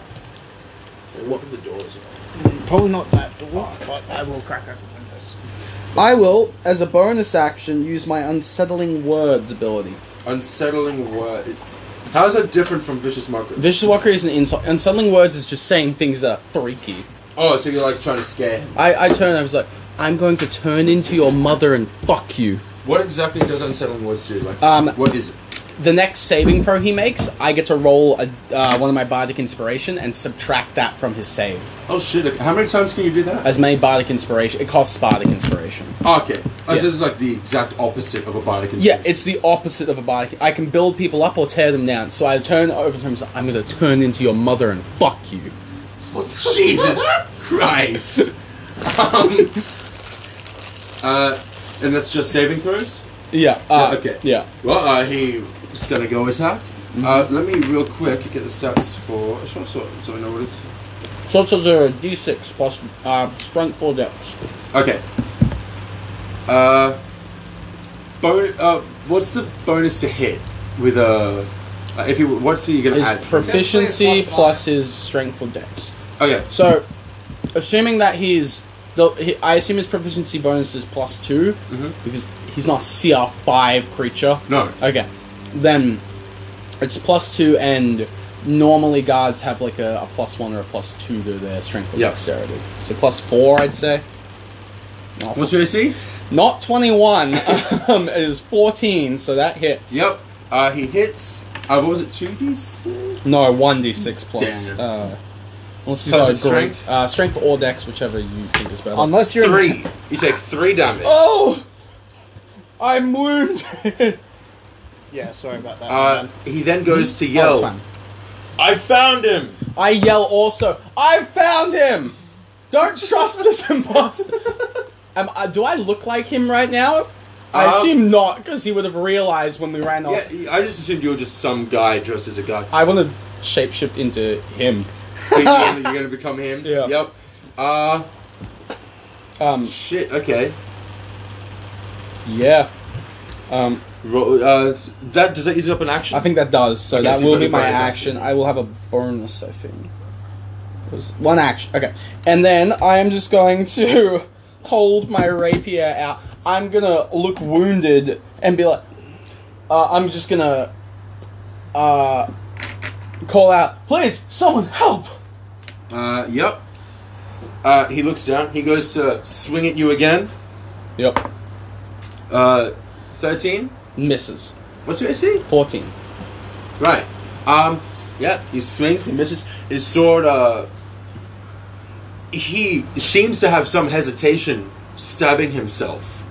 Speaker 3: Open the doors.
Speaker 1: Probably not that door, but I will crack open windows.
Speaker 2: I will, as a bonus action, use my unsettling words ability.
Speaker 3: Unsettling word. How is that different from vicious mockery?
Speaker 2: Vicious Walker is an insult. Unsettling words is just saying things that are freaky.
Speaker 3: oh, so you're like trying to scare him.
Speaker 2: I, I turn. I was like, I'm going to turn into your mother and fuck you.
Speaker 3: What exactly does unsettling words do? Like,
Speaker 2: Um,
Speaker 3: what is it?
Speaker 2: The next saving throw he makes, I get to roll a, uh, one of my bardic inspiration and subtract that from his save.
Speaker 3: Oh shit! How many times can you do that?
Speaker 2: as many bardic inspiration. It costs bardic inspiration.
Speaker 3: Okay. Oh,
Speaker 2: Yeah.
Speaker 3: so this is like the exact opposite of a bardic
Speaker 2: Yeah,
Speaker 3: inspiration.
Speaker 2: it's the opposite of a bardic. I can build people up or tear them down. So I turn over to him. and say, I'm going to turn into your mother and fuck you.
Speaker 3: Oh, Jesus Christ. [laughs] um, uh, and that's just saving throws.
Speaker 2: Yeah. Uh,
Speaker 3: Yeah, okay.
Speaker 2: Yeah. Mm-hmm.
Speaker 3: Well, uh, he's gonna go attack. Uh, let me real quick get the stats for a short sword, so I know what it's.
Speaker 2: Shots are a d6 plus uh, strength or dex.
Speaker 3: Okay. Uh, bon- uh, what's the bonus to hit with a? Uh, if you what's he gonna
Speaker 2: His
Speaker 3: add?
Speaker 2: proficiency
Speaker 1: Definitely a plus
Speaker 2: plus, plus his strength or dex.
Speaker 3: okay.
Speaker 2: So, assuming that he's the, he, I assume his proficiency bonus is plus two
Speaker 3: Mhm.
Speaker 2: because he's not a CR five creature.
Speaker 3: No.
Speaker 2: Okay, then it's plus two, and normally guards have like a, a plus one or a plus two to their strength or
Speaker 3: Yeah.
Speaker 2: dexterity. So plus four, I'd say. Not,
Speaker 3: What's your AC?
Speaker 2: not twenty-one. [laughs] um, it is fourteen, so that hits.
Speaker 3: Yep. Uh, he hits. Uh, what was it? Two d six.
Speaker 2: No, one d six plus.
Speaker 3: Damn.
Speaker 2: Uh, unless he's
Speaker 3: Plus
Speaker 2: got a
Speaker 3: his
Speaker 2: great-
Speaker 3: strength?
Speaker 2: uh, strength or dex, whichever you think is better.
Speaker 1: Unless you're in
Speaker 3: Three. You take three damage.
Speaker 2: Oh! I'm wounded!
Speaker 1: yeah, sorry about that.
Speaker 3: Uh,
Speaker 1: man.
Speaker 3: he then goes to
Speaker 2: Mm-hmm. Oh, That's
Speaker 3: yell.
Speaker 2: fine.
Speaker 3: I found him.
Speaker 2: I yell also, I found him! Don't trust this [laughs] imposter! Am, I do I look like him right now? I
Speaker 3: Um,
Speaker 2: assume not, because he would have realized when we ran off.
Speaker 3: Yeah, I just assumed you were just some guy dressed as a guy.
Speaker 2: I want to shapeshift into him.
Speaker 3: Big deal that you're gonna become him.
Speaker 2: [laughs] Yeah.
Speaker 3: Yep. Uh
Speaker 2: Um,
Speaker 3: shit. Okay.
Speaker 2: yeah. Um,
Speaker 3: Ro- uh, that does that use up an action?
Speaker 2: I think that does, so
Speaker 3: Okay, so
Speaker 2: that
Speaker 3: you've
Speaker 2: will
Speaker 3: got
Speaker 2: be
Speaker 3: a
Speaker 2: my
Speaker 3: bonus
Speaker 2: action. I will have a bonus, I think. It was one action. Okay. And then I am just going [laughs] to hold my rapier out. I'm gonna look wounded and be like, uh, I'm just gonna uh, call out, please, someone help!
Speaker 3: Uh, yep. Uh, he looks down. He goes to swing at you again.
Speaker 2: Yep.
Speaker 3: Uh, 13.
Speaker 2: Misses.
Speaker 3: What's your AC?
Speaker 2: 14.
Speaker 3: Right. Um. Yeah. He swings. He misses. His sword. Uh. He seems to have some hesitation stabbing himself.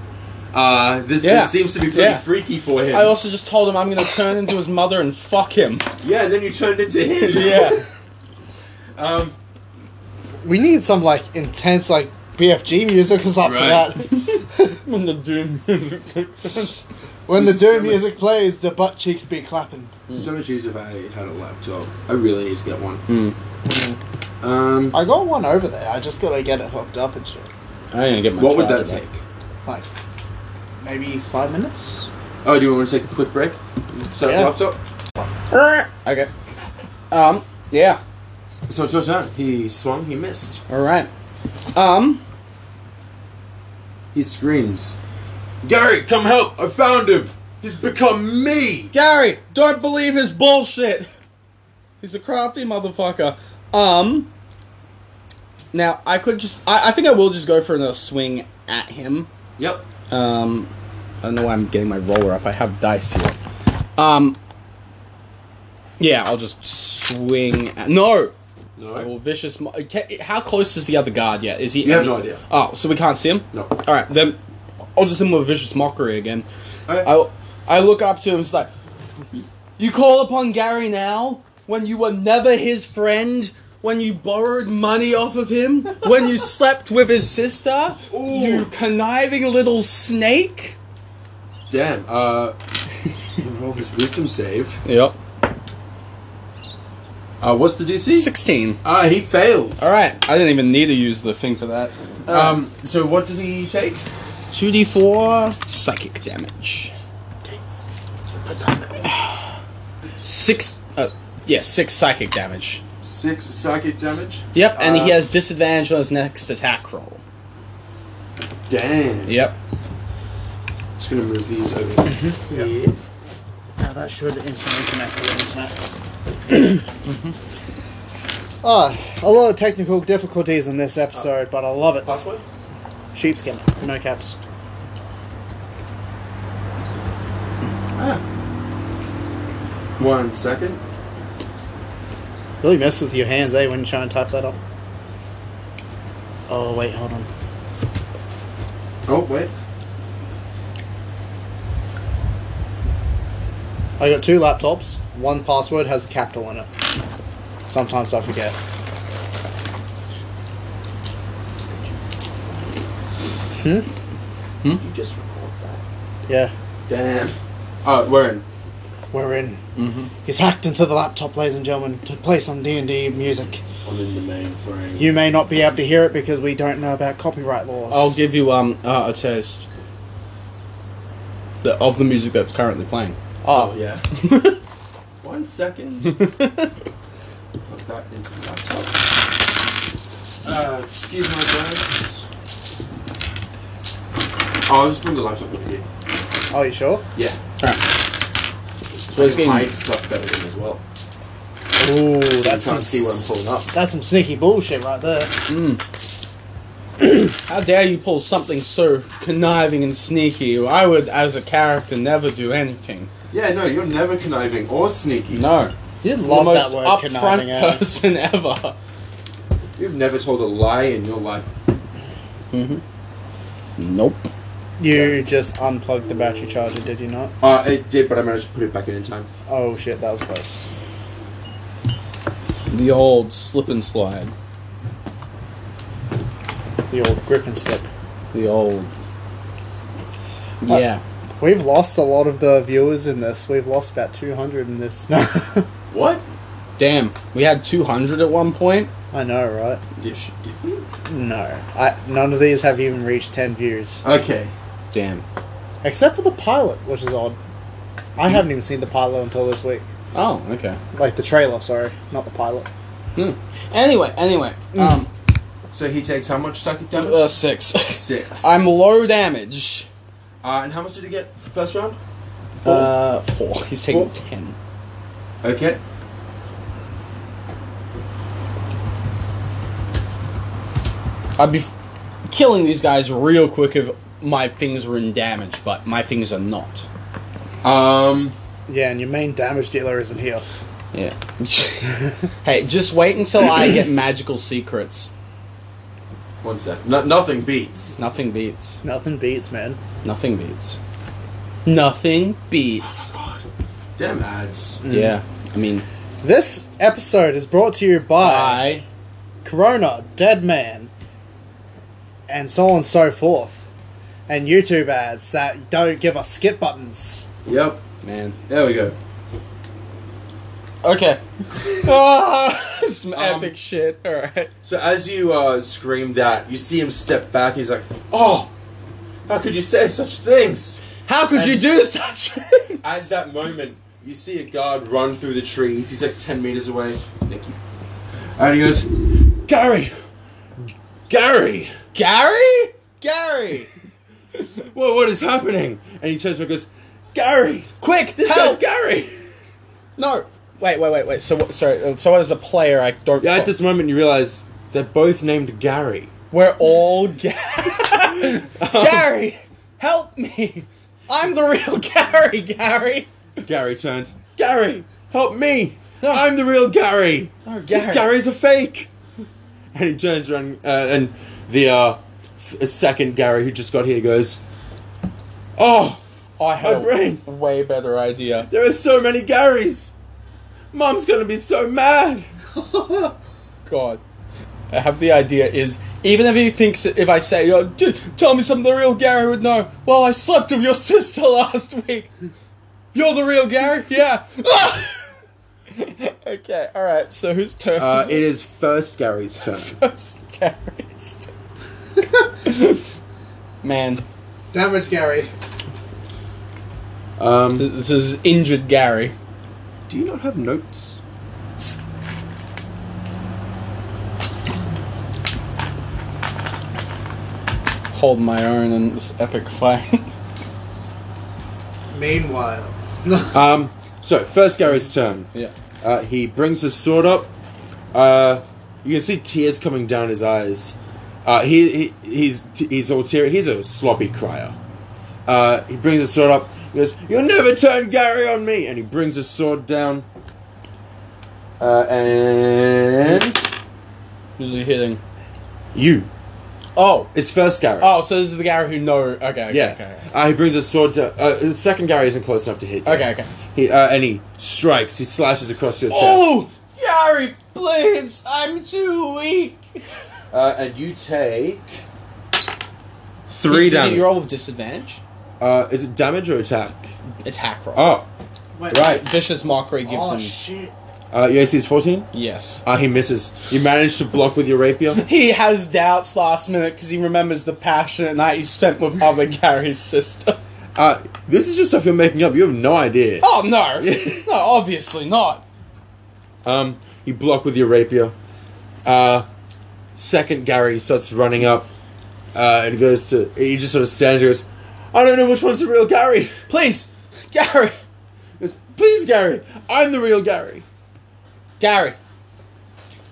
Speaker 3: Uh. This,
Speaker 2: Yeah.
Speaker 3: this seems to be pretty
Speaker 2: Yeah.
Speaker 3: freaky for him.
Speaker 2: I also just told him I'm gonna turn into his mother and fuck him.
Speaker 3: yeah. And then you turned into him.
Speaker 2: [laughs]
Speaker 3: um.
Speaker 1: We need some like intense like BFG music or something
Speaker 3: Right.
Speaker 1: like that.
Speaker 2: When the [laughs] doom
Speaker 1: When the
Speaker 3: Just so
Speaker 1: doom
Speaker 3: much-
Speaker 1: music plays, the butt cheeks be clapping.
Speaker 3: So much easier if I had a laptop. I really need to get one.
Speaker 2: Hmm.
Speaker 3: Um.
Speaker 1: I got one over there. I just gotta get it hooked up and shit.
Speaker 2: I ain't gonna get my
Speaker 3: what would that
Speaker 2: charger
Speaker 3: take?
Speaker 2: back.
Speaker 1: Like maybe five minutes.
Speaker 3: Oh, do you want to take a quick break? Set
Speaker 1: Yeah.
Speaker 3: up the laptop.
Speaker 2: Okay. Um, yeah.
Speaker 3: So it's your turn. He swung. He missed.
Speaker 2: Alright. Um
Speaker 3: He screams, Gary, come help! I found him! He's become me!
Speaker 2: Gary, don't believe his bullshit. He's a crafty motherfucker. Um. Now I could just. I, I think I will just go for another swing at him.
Speaker 3: Yep.
Speaker 2: Um. I don't know why I'm getting my roller up. I have dice here. Um. Yeah, I'll just swing. At, no. I will
Speaker 3: No.
Speaker 2: vicious. Mo- ca- how close is the other guard yet? Is he?
Speaker 3: You have no idea.
Speaker 2: Oh, so we can't see him.
Speaker 3: No.
Speaker 2: All right, then I'll just him with vicious mockery again.
Speaker 3: Okay.
Speaker 2: I I look up to him. It's like, you call upon Gary now when you were never his friend, when you borrowed money off of him, when you slept with his sister, you conniving little snake.
Speaker 3: Damn.
Speaker 2: [laughs]
Speaker 3: Uh. roll his wisdom save.
Speaker 2: Yep.
Speaker 3: Uh, what's the DC?
Speaker 2: Sixteen.
Speaker 3: Ah, he fails.
Speaker 2: All right, I didn't even need to use the thing for that.
Speaker 3: Um, so what does he take?
Speaker 2: Two D four psychic damage. Six. Uh, yeah, six psychic damage.
Speaker 3: Six psychic damage.
Speaker 2: Yep, and he
Speaker 3: Uh,
Speaker 2: has disadvantage on his next attack roll.
Speaker 3: Damn.
Speaker 2: Yep.
Speaker 3: Just gonna move these over.
Speaker 1: Mm-hmm. Yeah. Now that should instantly connect to the internet. [clears throat] Ah, a lot of technical difficulties in this episode, but I love it.
Speaker 3: Password?
Speaker 1: Sheepskin, no caps.
Speaker 3: One second.
Speaker 1: Really mess with your hands, eh, when you try and type that up. Oh wait, hold on.
Speaker 3: Oh, wait.
Speaker 1: I got two laptops. One password has a capital in it. Sometimes I forget.
Speaker 3: You just record that.
Speaker 1: Yeah,
Speaker 3: Damn.
Speaker 2: Uh,
Speaker 3: Oh, we're in.
Speaker 1: we're in. He's hacked into the laptop, ladies and gentlemen, to play some D and D music.
Speaker 3: I'm in the mainframe.
Speaker 1: You may not be able to hear it because we don't know about copyright laws.
Speaker 2: I'll give you um uh, a taste the, of the music that's currently playing.
Speaker 1: Oh,
Speaker 3: Oh
Speaker 1: yeah.
Speaker 3: yeah.
Speaker 1: [laughs]
Speaker 3: One second. Put that into the laptop. Uh, excuse my friends. Oh, I'll just bring the laptop over here.
Speaker 1: Oh, you sure?
Speaker 3: Yeah.
Speaker 2: Alright. So it's
Speaker 3: Can hide
Speaker 2: getting
Speaker 3: stuff better than as well.
Speaker 1: Ooh,
Speaker 3: That's
Speaker 1: that's
Speaker 3: can't
Speaker 1: some
Speaker 3: see where I'm
Speaker 1: s-
Speaker 3: pulling up.
Speaker 1: That's some sneaky bullshit right there.
Speaker 2: How dare you pull something so conniving and sneaky? I would, as a character, never do anything.
Speaker 3: Yeah, no, you're never conniving or sneaky.
Speaker 2: No.
Speaker 1: You love
Speaker 2: the most
Speaker 1: that word,
Speaker 2: upfront
Speaker 1: conniving. eh?
Speaker 2: person [laughs] ever.
Speaker 3: You've never told a lie in your life.
Speaker 2: Nope.
Speaker 1: You just unplugged the battery charger, did you not?
Speaker 3: Uh, it did, but I managed to put it back in in time.
Speaker 1: Oh shit, that was close.
Speaker 2: The old slip and slide.
Speaker 1: The old grip and slip.
Speaker 2: The old. Yeah.
Speaker 1: We've lost a lot of the viewers in this. We've lost about 200 in this. [laughs]
Speaker 3: What?
Speaker 2: Damn. We had 200 at one point.
Speaker 1: I know, right?
Speaker 3: Did she- did we?
Speaker 1: No. I, none of these have even reached 10 views.
Speaker 3: Okay.
Speaker 2: Damn.
Speaker 1: Except for the pilot, which is odd. I haven't even seen the pilot until this week.
Speaker 2: Oh, okay.
Speaker 1: Like the trailer, sorry. Not the pilot.
Speaker 2: Hmm. Anyway, anyway. Um,
Speaker 3: So he takes how much psychic damage?
Speaker 2: uh, 6 [laughs]
Speaker 3: Six.
Speaker 2: I'm low damage.
Speaker 3: Uh, and how much did he get first round?
Speaker 2: Uh, four. [laughs] He's taking
Speaker 3: Four.
Speaker 2: ten.
Speaker 3: Okay.
Speaker 2: I'd be f- killing these guys real quick if my things were in damage, but my things are not.
Speaker 3: Um,
Speaker 1: Yeah, and your main damage dealer isn't here.
Speaker 2: Yeah. [laughs] hey, just wait until I [clears throat] get magical secrets.
Speaker 3: one sec. No, nothing beats.
Speaker 2: Nothing beats.
Speaker 1: Nothing beats, man.
Speaker 2: Nothing beats. Nothing beats.
Speaker 3: God, damn ads.
Speaker 2: Yeah. I mean,
Speaker 1: This episode is brought to you by
Speaker 2: I.
Speaker 1: Corona, Dead Man, and so on and so forth. And YouTube ads that don't give us skip buttons.
Speaker 3: Yep.
Speaker 2: Man.
Speaker 3: There we go.
Speaker 2: [laughs] Okay. ah, [laughs] some
Speaker 3: Um,
Speaker 2: epic shit. Alright.
Speaker 3: So as you uh, scream that, you see him step back. He's like, "Oh, how could you say such things?"
Speaker 2: How could you
Speaker 3: and-
Speaker 2: do such things?
Speaker 3: At that moment, you see a guard run through the trees. He's like 10 meters away. Thank you. And he goes, Gary! Gary!
Speaker 2: Gary? Gary!
Speaker 3: What, what is happening? And he turns around and goes, Gary!
Speaker 2: Quick,
Speaker 3: This
Speaker 2: help!
Speaker 3: guy's Gary!
Speaker 2: no! Wait, wait, wait, wait. So, what, sorry. uh, So, as a player, I don't.
Speaker 3: Yeah, at this moment, you realize they're both named Gary.
Speaker 2: We're all Ga- [laughs] Gary. Help me! I'm the real [laughs] Gary. Gary.
Speaker 3: Gary turns, Gary! Help me!
Speaker 2: No.
Speaker 3: I'm the real Oh, Gary!
Speaker 2: No, Gary.
Speaker 3: This Gary's a fake! [laughs] And he turns around, uh, and the uh, f- second Gary who just got here goes, Oh!
Speaker 2: I had
Speaker 3: My brain.
Speaker 2: a way better idea.
Speaker 3: There are so many Garys. Mom's gonna be so mad.
Speaker 2: God. I have the idea is even if he thinks if I say, oh, dude, tell me something the real Gary would know. Well, I slept with your [laughs] sister last week. You're the real Gary? Yeah. [laughs] okay, alright, so whose turn
Speaker 3: [laughs] Uh,
Speaker 2: is
Speaker 3: it is first Gary's turn.
Speaker 2: first Gary's turn? [laughs] Man,
Speaker 1: Damage, Gary.
Speaker 3: Um,
Speaker 2: this is injured Gary.
Speaker 3: do you not have notes?
Speaker 2: hold my own in this epic fight. [laughs]
Speaker 1: Meanwhile.
Speaker 3: Um, so first Gary's turn.
Speaker 2: yeah.
Speaker 3: Uh, he brings his sword up. Uh, you can see tears coming down his eyes. Uh, he, he he's he's all teary. He's a sloppy crier. Uh, he brings his sword up. He goes, "You'll never turn Gary on me!" And he brings his sword down. Uh, and
Speaker 2: Who's he hitting?
Speaker 3: you.
Speaker 2: Oh.
Speaker 3: It's first Gary.
Speaker 2: Oh, so this is the Gary who know. Okay. okay
Speaker 3: yeah.
Speaker 2: Okay.
Speaker 3: Uh, he brings his sword to. Uh, the second Gary isn't close enough to hit. you.
Speaker 2: Okay. okay.
Speaker 3: He, uh, and he strikes. He slashes across your chest.
Speaker 2: Oh, Gary, please! I'm too weak.
Speaker 3: Uh, and you take three damage.
Speaker 2: You're all with disadvantage.
Speaker 3: Uh, is it damage or attack?
Speaker 2: Attack roll.
Speaker 3: Oh,
Speaker 1: Wait,
Speaker 3: Right.
Speaker 2: Vicious mockery gives
Speaker 1: Oh,
Speaker 2: him.
Speaker 1: shit.
Speaker 3: uh, your AC is fourteen.
Speaker 2: yes.
Speaker 3: Uh, he misses. You manage to block with your rapier. [laughs]
Speaker 2: He has doubts last minute because he remembers the passionate night he spent with other [laughs] Gary's sister.
Speaker 3: Uh, this is just stuff you're making up. You have no idea.
Speaker 2: Oh
Speaker 3: [laughs]
Speaker 2: no! no, obviously not.
Speaker 3: Um, you block with your rapier. Uh, second Gary starts running up, uh, and goes to. He just sort of stands there. and Goes, I don't know which one's the real Gary.
Speaker 2: Please, Gary,
Speaker 3: He goes, please, Gary, I'm the real Gary.
Speaker 2: Gary,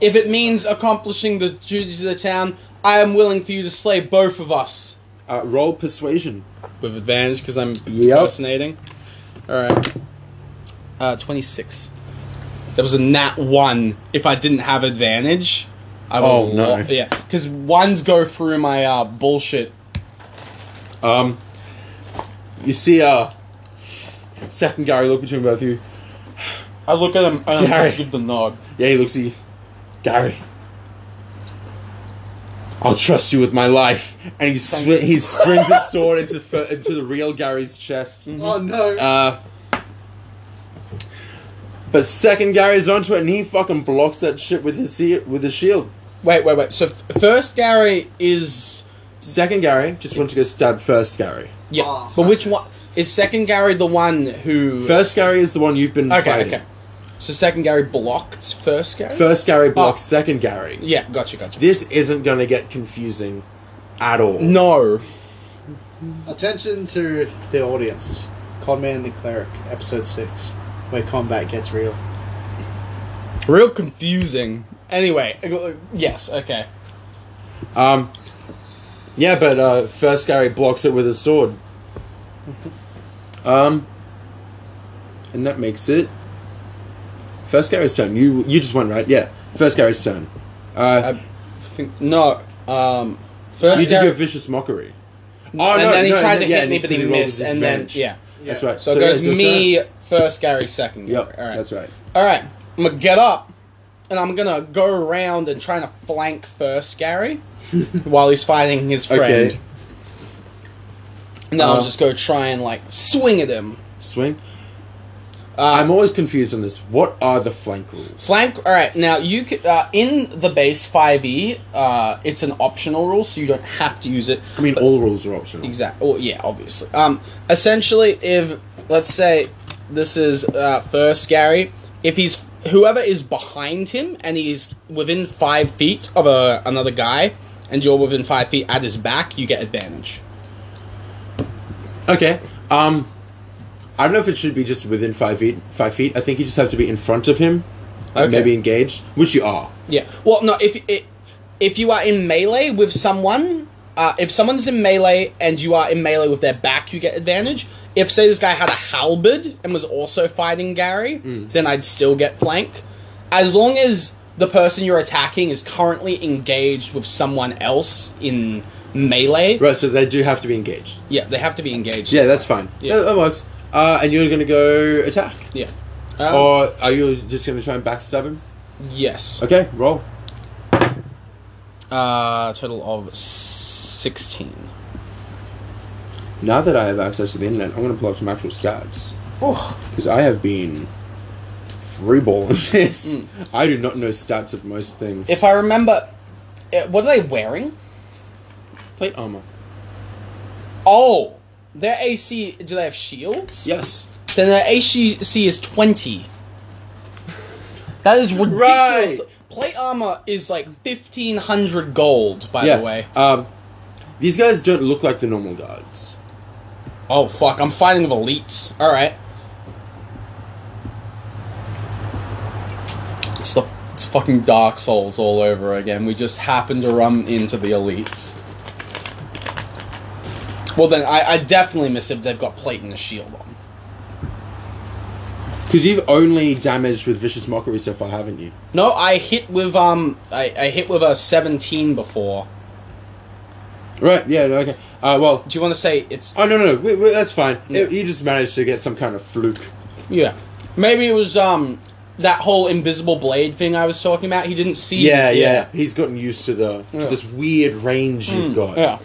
Speaker 2: if it means accomplishing the duties of the town, I am willing for you to slay both of us.
Speaker 3: Uh, roll persuasion.
Speaker 2: With advantage, because I'm
Speaker 3: Yep.
Speaker 2: impersonating. Alright. Uh, 26. There was a nat 1. If I didn't have advantage, I would
Speaker 3: Oh, no.
Speaker 2: Yeah, because ones go through my uh, bullshit.
Speaker 3: Um, you see, uh, second Gary look between both of you.
Speaker 2: I look at him and I
Speaker 3: Gary.
Speaker 2: give the nod.
Speaker 3: Yeah, he looks at you. Gary, I'll trust you with my life. And he sw-
Speaker 2: [laughs]
Speaker 3: he springs his sword into fir- into the real Gary's chest.
Speaker 1: Oh, no.
Speaker 3: Uh, but second Gary's onto it, and he fucking blocks that shit with his se- with his shield.
Speaker 2: Wait, wait, wait. So, f- first Gary is.
Speaker 3: Second Gary just went to go stab first Gary.
Speaker 2: Yeah.
Speaker 1: Oh.
Speaker 2: But which one. Is second Gary the one who.
Speaker 3: First Gary is the one you've been
Speaker 2: okay,
Speaker 3: fighting.
Speaker 2: okay. So, second Gary blocked first Gary?
Speaker 3: First Gary blocks
Speaker 2: Oh.
Speaker 3: second Gary.
Speaker 2: Yeah, gotcha, gotcha.
Speaker 3: This isn't going to get confusing at all.
Speaker 2: no.
Speaker 1: Attention to the audience. Conman and the Cleric, Episode 6, where combat gets real.
Speaker 2: Real confusing. Anyway, I go- yes, okay.
Speaker 3: Um, yeah, but uh, first Gary blocks it with his sword. Um, and that makes it first Gary's turn. You you just won, right? Yeah, first Gary's turn. Uh,
Speaker 2: I think no. Um, first
Speaker 3: you did
Speaker 2: Gary-
Speaker 3: your vicious mockery. Oh,
Speaker 2: and
Speaker 3: no,
Speaker 2: then he
Speaker 3: no,
Speaker 2: tried
Speaker 3: and
Speaker 2: to
Speaker 3: then- yeah,
Speaker 2: hit me,
Speaker 3: and
Speaker 2: but
Speaker 3: he
Speaker 2: he
Speaker 3: rolled
Speaker 2: missed,
Speaker 3: his
Speaker 2: and then
Speaker 3: advantage.
Speaker 2: yeah.
Speaker 3: That's right.
Speaker 2: So, it
Speaker 3: yeah,
Speaker 2: goes
Speaker 3: it's your
Speaker 2: me
Speaker 3: turn.
Speaker 2: first, Gary second.
Speaker 3: Yep,
Speaker 2: All right.
Speaker 3: that's right.
Speaker 2: All right. I'm gonna get up, and I'm gonna go around and try to flank first Gary while he's fighting his friend.
Speaker 3: Okay,
Speaker 2: And then I'll
Speaker 3: Uh,
Speaker 2: just go try and like swing at him.
Speaker 3: swing. Uh, I'm always confused on this. What are the flank rules?
Speaker 2: Flank. All right. Now you c uh, in the base five e. Uh, it's an optional rule, so you don't have to use it.
Speaker 3: I mean, all rules are optional.
Speaker 2: Exactly. Well, oh, yeah, obviously. Um, essentially, if let's say this is uh, first Gary, if he's whoever is behind him and he's within five feet of a, another guy, and you're within five feet at his back, you get advantage.
Speaker 3: Okay. Um, I don't know if it should be just within five feet. Five feet. I think you just have to be in front of him, like
Speaker 2: Okay.
Speaker 3: maybe engaged, which you are.
Speaker 2: Yeah. Well, no. If i if you are in melee with someone, uh, if someone's in melee and you are in melee with their back, you get advantage. If say this guy had a halberd and was also fighting Gary,
Speaker 3: Mm.
Speaker 2: then I'd still get flank. As long as the person you're attacking is currently engaged with someone else in melee,
Speaker 3: Right. So they do have to be engaged.
Speaker 2: yeah, they have to be engaged.
Speaker 3: Yeah, that's fine.
Speaker 2: Yeah.
Speaker 3: Yeah, that works. Uh, and you're gonna go attack,
Speaker 2: Yeah. Um,
Speaker 3: or are you just gonna try and backstab him?
Speaker 2: yes.
Speaker 3: Okay, roll.
Speaker 2: Uh, total of sixteen.
Speaker 3: Now that I have access to the internet, I'm gonna pull up some actual stats
Speaker 2: Oh.
Speaker 3: because I have been freeballing [laughs] this. I do not know stats of most things.
Speaker 2: If I remember, eh, what are they wearing?
Speaker 3: plate armor,
Speaker 2: Oh, their AC. Do they have shields?
Speaker 3: yes,
Speaker 2: Then their AC is twenty. That is ridiculous.
Speaker 3: Right.
Speaker 2: Plate armor is like fifteen hundred gold. By
Speaker 3: yeah.
Speaker 2: the way.
Speaker 3: Um, these guys don't look like the normal guards.
Speaker 2: Oh fuck! I'm fighting with elites. All right. It's the it's fucking Dark Souls all over again. We just happened to run into the elites. Well then, I, I definitely miss if they've got plate and a shield on.
Speaker 3: Because you've only damaged with vicious mockery so far, haven't you?
Speaker 2: No, I hit with um, I, I hit with a seventeen before.
Speaker 3: Right. Yeah. no, Okay. Uh, well.
Speaker 2: Do you want to say it's
Speaker 3: Oh no no no. We, we, that's fine. You- you just managed to get some kind of fluke.
Speaker 2: yeah? Maybe it was um, that whole invisible blade thing I was talking about. He didn't see.
Speaker 3: Yeah, yeah. He's gotten used to the to
Speaker 2: Yeah. Hmm,
Speaker 3: this weird range you've got.
Speaker 2: yeah.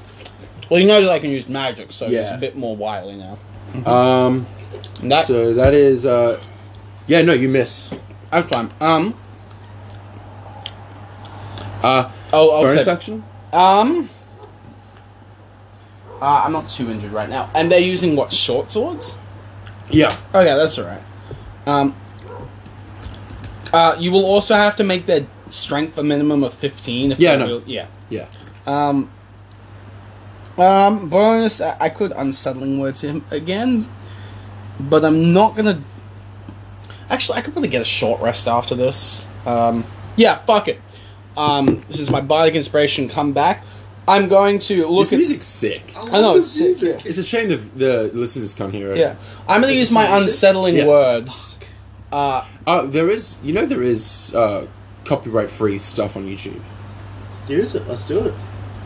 Speaker 2: Well, he knows I can use magic, so he's
Speaker 3: Yeah.
Speaker 2: a bit more wily now.
Speaker 3: Um.
Speaker 2: And that
Speaker 3: So that is. uh Yeah. No, you miss.
Speaker 2: that's fine. Um.
Speaker 3: Uh,
Speaker 2: Oh, I'll
Speaker 3: bonus
Speaker 2: say-
Speaker 3: action.
Speaker 2: um. Uh, I'm not too injured right now, and they're using what short swords.
Speaker 3: Yeah.
Speaker 2: Okay, that's all right. Um, uh, you will also have to make their strength a minimum of fifteen. If
Speaker 3: Yeah,
Speaker 2: they
Speaker 3: no.
Speaker 2: will- yeah.
Speaker 3: Yeah.
Speaker 2: Um, um, bonus. I, I could unsettling word to him again, but I'm not gonna. Actually, I could probably get a short rest after this. Um, yeah, fuck it. Um, since my bardic inspiration come back, I'm going to look
Speaker 3: This
Speaker 2: at.
Speaker 3: music's sick.
Speaker 2: I know it's sick.
Speaker 4: music.
Speaker 3: It's a shame the the listeners can't hear it.
Speaker 2: Yeah, I'm gonna use my unsettling
Speaker 3: Yeah.
Speaker 2: words. Uh,
Speaker 3: Uh, there is. You know there is uh copyright free stuff on YouTube.
Speaker 4: Use it. Let's do it.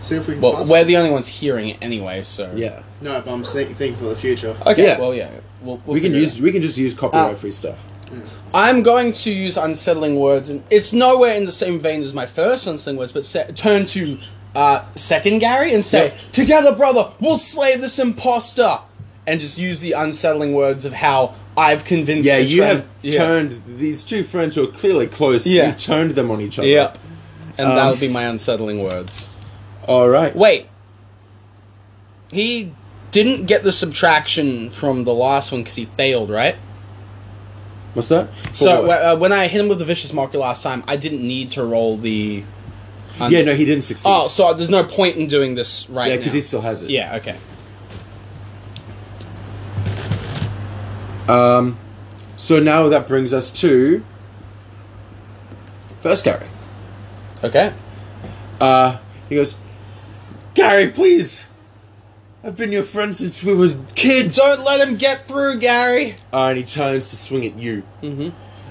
Speaker 4: See if we can.
Speaker 2: Well,
Speaker 4: pass
Speaker 2: we're
Speaker 4: it.
Speaker 2: the only ones hearing it anyway, so.
Speaker 3: Yeah.
Speaker 4: No, but I'm think- thinking for the future.
Speaker 2: Okay.
Speaker 3: Yeah.
Speaker 2: Well, yeah. We'll, we'll
Speaker 3: we can
Speaker 2: figure it
Speaker 3: use. We can just use copyright
Speaker 2: Uh,
Speaker 3: free stuff.
Speaker 2: out. I'm going to use unsettling words, and it's nowhere in the same vein as my first unsettling words, but se- turn to uh, second Gary and say,
Speaker 3: Yeah.
Speaker 2: "Together, brother, we'll slay this imposter," and just use the unsettling words of how I've convinced.
Speaker 3: Yeah,
Speaker 2: this
Speaker 3: you
Speaker 2: friend-
Speaker 3: have
Speaker 2: Yeah.
Speaker 3: turned these two friends who are clearly close.
Speaker 2: Yeah.
Speaker 3: You turned them on each other.
Speaker 2: Yep. And
Speaker 3: Um,
Speaker 2: that'll be my unsettling words.
Speaker 3: All right.
Speaker 2: Wait. He didn't get the subtraction from the last one because he failed, right?
Speaker 3: What's that? For
Speaker 2: So
Speaker 3: what?
Speaker 2: uh, when I hit him with the vicious marker last time, I didn't need to roll the.
Speaker 3: yeah, no, he didn't succeed.
Speaker 2: Oh, so there's no point in doing this right
Speaker 3: yeah,
Speaker 2: now.
Speaker 3: because he still has it.
Speaker 2: Yeah. Okay.
Speaker 3: Um, so now that brings us to first Gary.
Speaker 2: Okay.
Speaker 3: Uh, he goes, Gary, please. I've been your friend since we were kids.
Speaker 2: Don't let him get through, Gary.
Speaker 3: Uh, and he turns to swing at you.
Speaker 2: Mm-hmm.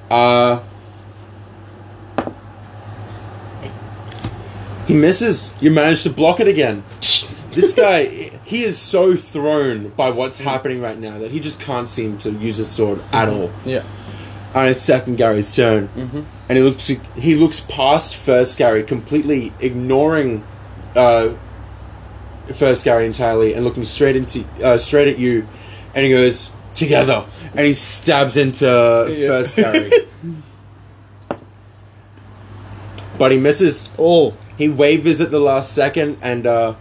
Speaker 3: Uh, he misses. You manage to block
Speaker 2: [laughs]
Speaker 3: it again. This guy, he is so thrown by what's happening right now that he just can't seem to use his sword at all.
Speaker 2: Mm-hmm. Yeah.
Speaker 3: And it's second Gary's turn,
Speaker 2: Mhm.
Speaker 3: and he looks he looks past first Gary, completely ignoring uh, first Gary entirely, and looking straight into uh, straight at you, and he goes together, and he stabs into first Gary, but he misses.
Speaker 2: oh.
Speaker 3: He wavers at the last second, and uh,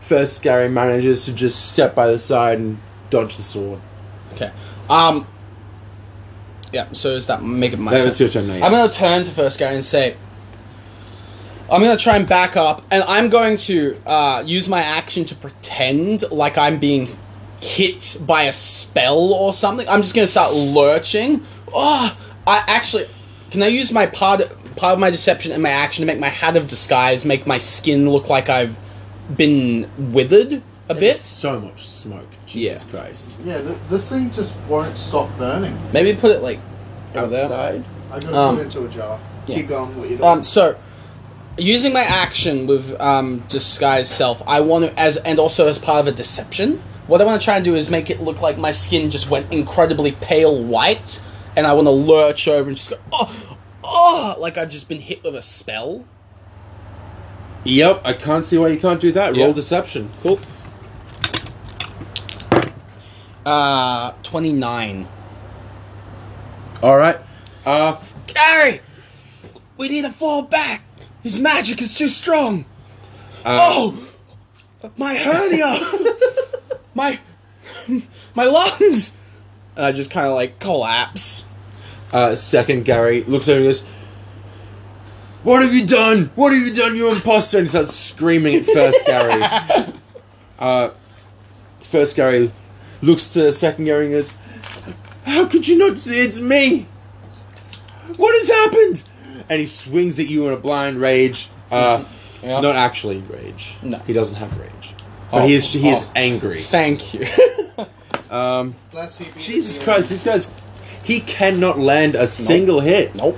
Speaker 3: first Gary manages to just step by the side and dodge the sword.
Speaker 2: Okay. Um. Yeah. So is that make it my
Speaker 3: No,
Speaker 2: turn?
Speaker 3: it's your turn now, yes.
Speaker 2: I'm gonna turn to first guy and say. I'm gonna try and back up, and I'm going to uh, use my action to pretend like I'm being hit by a spell or something. I'm just gonna start lurching. Oh, I actually can I use my part part of my deception and my action to make my hat of disguise make my skin look like I've been withered a
Speaker 3: There's
Speaker 2: bit?
Speaker 3: so much smoke. Jesus
Speaker 2: Yeah.
Speaker 3: Christ.
Speaker 4: Yeah, th- this thing just won't stop burning.
Speaker 2: Maybe put it like over there.
Speaker 4: I gotta
Speaker 2: Um,
Speaker 4: put it into a jar.
Speaker 2: yeah.
Speaker 4: Keep going. What you doing?
Speaker 2: Um, so, using my action with um, disguise self, I want to as and also as part of a deception. What I want to try and do is make it look like my skin just went incredibly pale white, and I want to lurch over and just go, oh, oh, like I've just been hit with a spell.
Speaker 3: Yep, I can't see why you can't do that. Roll
Speaker 2: Yeah.
Speaker 3: deception.
Speaker 2: Cool. Uh, twenty nine.
Speaker 3: All right. Uh,
Speaker 2: Gary, we need to fall back. His magic is too strong.
Speaker 3: uh,
Speaker 2: Oh, my
Speaker 3: [laughs]
Speaker 2: hernia, my my lungs. And I just kind of like collapse.
Speaker 3: Uh, second Gary looks over this. What have you done? What have you done, you imposter? And he starts screaming at first Gary.
Speaker 2: [laughs]
Speaker 3: Uh, first Gary looks to second Gary and goes, How could you not see it's me? What has happened? And he swings at you in a blind rage. Uh,
Speaker 2: Yeah.
Speaker 3: Not actually rage.
Speaker 2: No.
Speaker 3: He doesn't have rage.
Speaker 2: Oh,
Speaker 3: But he is, he is
Speaker 2: oh.
Speaker 3: angry.
Speaker 2: Thank you.
Speaker 3: Um,
Speaker 4: Bless you, be
Speaker 3: Jesus
Speaker 4: with you.
Speaker 3: Christ, this guy's. He cannot land a single
Speaker 2: [laughs]
Speaker 3: hit.
Speaker 2: nope.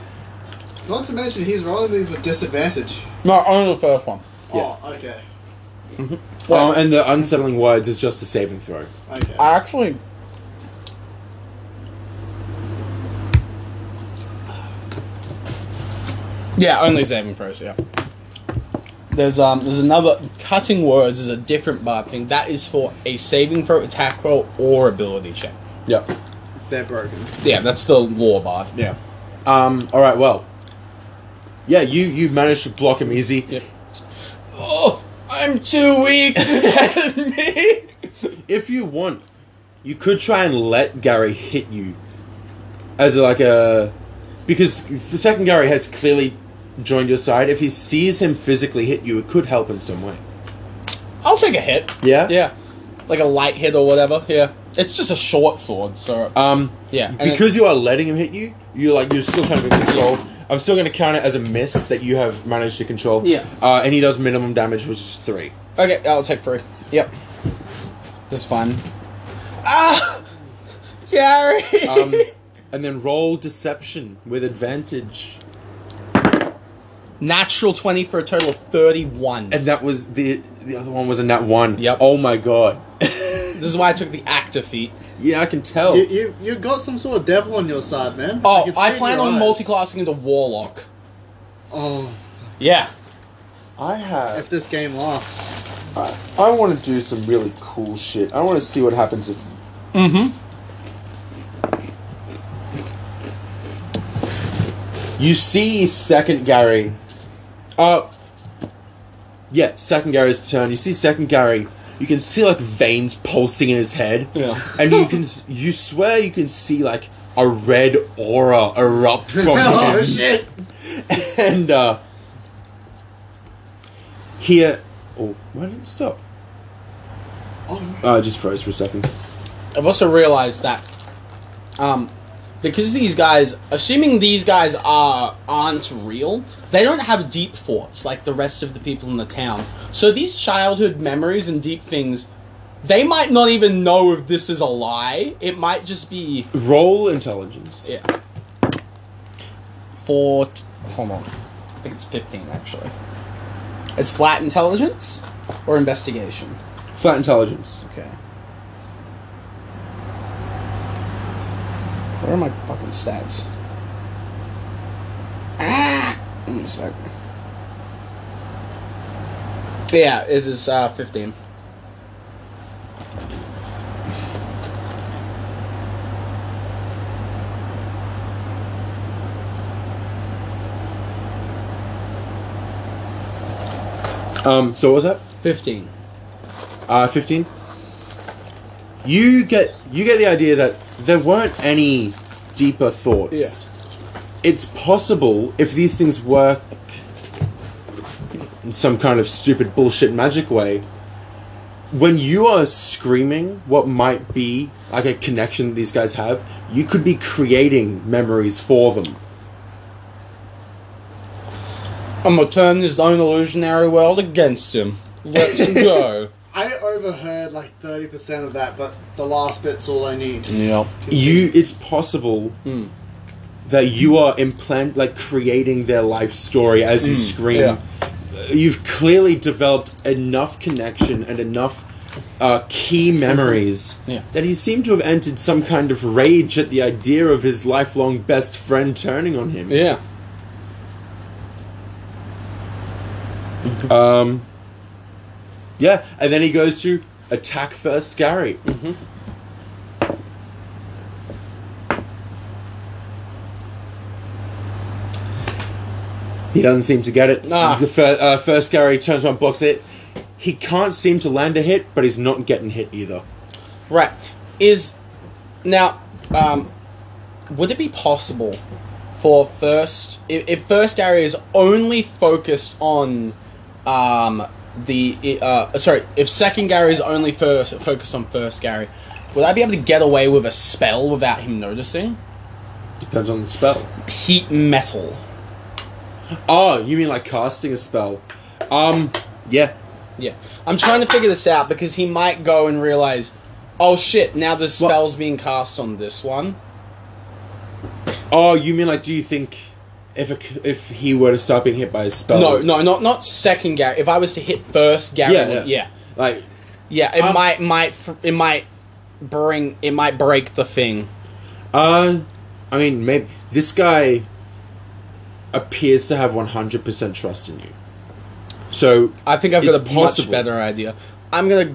Speaker 4: Not to mention, he's rolling these with disadvantage.
Speaker 2: No, only the first one.
Speaker 4: Oh, okay.
Speaker 3: Oh, and the unsettling words is just a saving throw.
Speaker 4: Okay.
Speaker 2: I actually. Yeah, only saving throws. Yeah. There's um, there's another cutting words is a different bar thing. That is for a saving throw, attack roll, or ability check.
Speaker 3: Yep.
Speaker 4: They're broken.
Speaker 2: Yeah, that's the law bar.
Speaker 3: Yeah. Um. All right. Well. Yeah. You you managed to block him easy.
Speaker 2: Yeah. Oh, I'm too [laughs] weak. Help me.
Speaker 3: If you want, you could try and let Gary hit you, as like a, because the second Gary has clearly joined your side. If he sees him physically hit you, it could help in some way.
Speaker 2: I'll take a hit.
Speaker 3: Yeah.
Speaker 2: Yeah, like a light hit or whatever. Yeah, it's just a short sword, so
Speaker 3: Um.
Speaker 2: yeah. and
Speaker 3: because you are letting him hit you, you're like you're still kind of in control. I'm still going to count it as a miss that you have managed to control.
Speaker 2: Yeah.
Speaker 3: Uh, and he does minimum damage, which is three.
Speaker 2: it- okay, I'll take three. Yep, that's fine. Ah, Gary.
Speaker 3: Um, and then roll deception with advantage.
Speaker 2: [laughs] Natural twenty for a total of thirty-one.
Speaker 3: And that was the the other one was a nat one.
Speaker 2: Yep.
Speaker 3: Oh my god. [laughs]
Speaker 2: this is why I took the actor feat.
Speaker 3: Yeah, I can tell.
Speaker 4: You, you you got some sort of devil on your side, man.
Speaker 2: Oh,
Speaker 4: can see
Speaker 2: I,
Speaker 4: it in
Speaker 2: plan
Speaker 4: your
Speaker 2: on
Speaker 4: eyes.
Speaker 2: multi-classing into warlock.
Speaker 4: Oh,
Speaker 2: Yeah.
Speaker 3: I have.
Speaker 4: if this game lasts,
Speaker 3: I, I want to do some really cool shit. I want to see what happens if.
Speaker 2: Mm-hmm.
Speaker 3: You see, second Gary. Uh. Yeah, second Gary's turn. You see, second Gary. You can see like veins pulsing in his head.
Speaker 2: Yeah.
Speaker 3: and you can s- you swear you can see like a red aura erupt from
Speaker 4: oh
Speaker 3: him
Speaker 4: shit!
Speaker 3: and uh here oh why did it stop
Speaker 4: Oh,
Speaker 3: oh it just froze for a second
Speaker 2: I've also realized that um, because these guys, assuming these guys are aren't real, they don't have deep thoughts like the rest of the people in the town. So these childhood memories and deep things, they might not even know if this is a lie. It might just be
Speaker 3: Roll intelligence.
Speaker 2: yeah. Four. T- hold on. I think it's fifteen actually. It's flat intelligence or investigation.
Speaker 3: Flat intelligence.
Speaker 2: Okay. Where are my fucking stats? Ah! One sec. Yeah, it is uh, 15.
Speaker 3: Um, so what was that?
Speaker 2: 15.
Speaker 3: Uh, fifteen. You get you get the idea that there weren't any deeper thoughts. It's possible if these things work in some kind of stupid bullshit magic way. When you are screaming what might be like a connection that these guys have, you could be creating memories for them.
Speaker 2: I'm gonna turn this own illusionary world against him. [laughs] Let's go.
Speaker 4: I overheard like 30% of that, but the last bit's all I need.
Speaker 2: Yep.
Speaker 3: you it's possible
Speaker 2: Hmm.
Speaker 3: that you are implant like creating their life story as you scream
Speaker 2: Hmm. yeah.
Speaker 3: you've clearly developed enough connection and enough uh, key memories
Speaker 2: Yeah.
Speaker 3: that he seemed to have entered some kind of rage at the idea of his lifelong best friend turning on him
Speaker 2: Yeah.
Speaker 3: um yeah and then he goes to attack first gary
Speaker 2: Mm-hmm.
Speaker 3: He doesn't seem to get it.
Speaker 2: Nah.
Speaker 3: The fir- uh, first Gary turns around, blocks it. He can't seem to land a hit, but he's not getting hit either.
Speaker 2: Right. Is now um, would it be possible for first if, if first area is only focused on um, the uh, sorry if second Gary is only first focused on first Gary, would I be able to get away with a spell without him noticing?
Speaker 3: Depends on the spell.
Speaker 2: Heat metal.
Speaker 3: Oh, you mean like casting a spell? Um, yeah.
Speaker 2: Yeah, I'm trying to figure this out because he might go and realize, oh shit, now the spell's being cast on this one.
Speaker 3: Oh, you mean like do you think if a, c- if he were to start being hit by a spell?
Speaker 2: No, no, not not second Gary. If I was to hit first Gary,
Speaker 3: Oh. Yeah,
Speaker 2: yeah, yeah, yeah,
Speaker 3: Like
Speaker 2: it
Speaker 3: Um,
Speaker 2: might might fr- it might bring it might break the thing.
Speaker 3: Uh, I mean, maybe this guy appears to have one hundred percent trust in you. So
Speaker 2: I think I've got a
Speaker 3: It's possible.
Speaker 2: much better idea. I'm gonna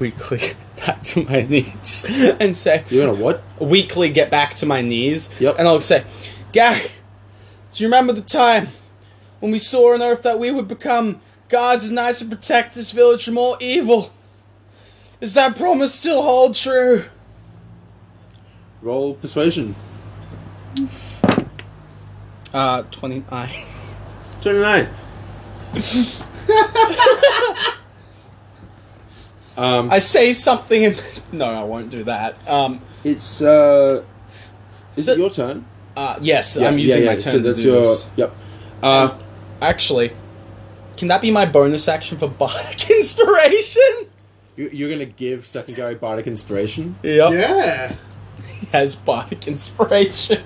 Speaker 2: weekly back to my knees [laughs] and say
Speaker 3: you're gonna what?
Speaker 2: weekly get back to my knees.
Speaker 3: Yep.
Speaker 2: And I'll say, Gary, do you remember the time when we saw on earth that we would become gods and knights and protect this village from all evil? Does that promise still hold true?
Speaker 3: Roll persuasion.
Speaker 2: Uh, 29.
Speaker 3: Twenty nine. um,
Speaker 2: I say something and. [laughs] No, I won't do that. Um,
Speaker 3: it's uh, is it
Speaker 2: So-
Speaker 3: your turn?
Speaker 2: uh, yes,
Speaker 3: Yeah,
Speaker 2: I'm
Speaker 3: yeah,
Speaker 2: using
Speaker 3: yeah,
Speaker 2: my turn
Speaker 3: so
Speaker 2: to
Speaker 3: that's
Speaker 2: do
Speaker 3: your
Speaker 2: this.
Speaker 3: yep. Uh,
Speaker 2: Actually, can that be my bonus action for Bardic [laughs] Inspiration?
Speaker 3: you, you're gonna give secondary bardic inspiration.
Speaker 2: Yep.
Speaker 4: Yeah.
Speaker 2: He has Bardic
Speaker 3: [laughs]
Speaker 2: Inspiration.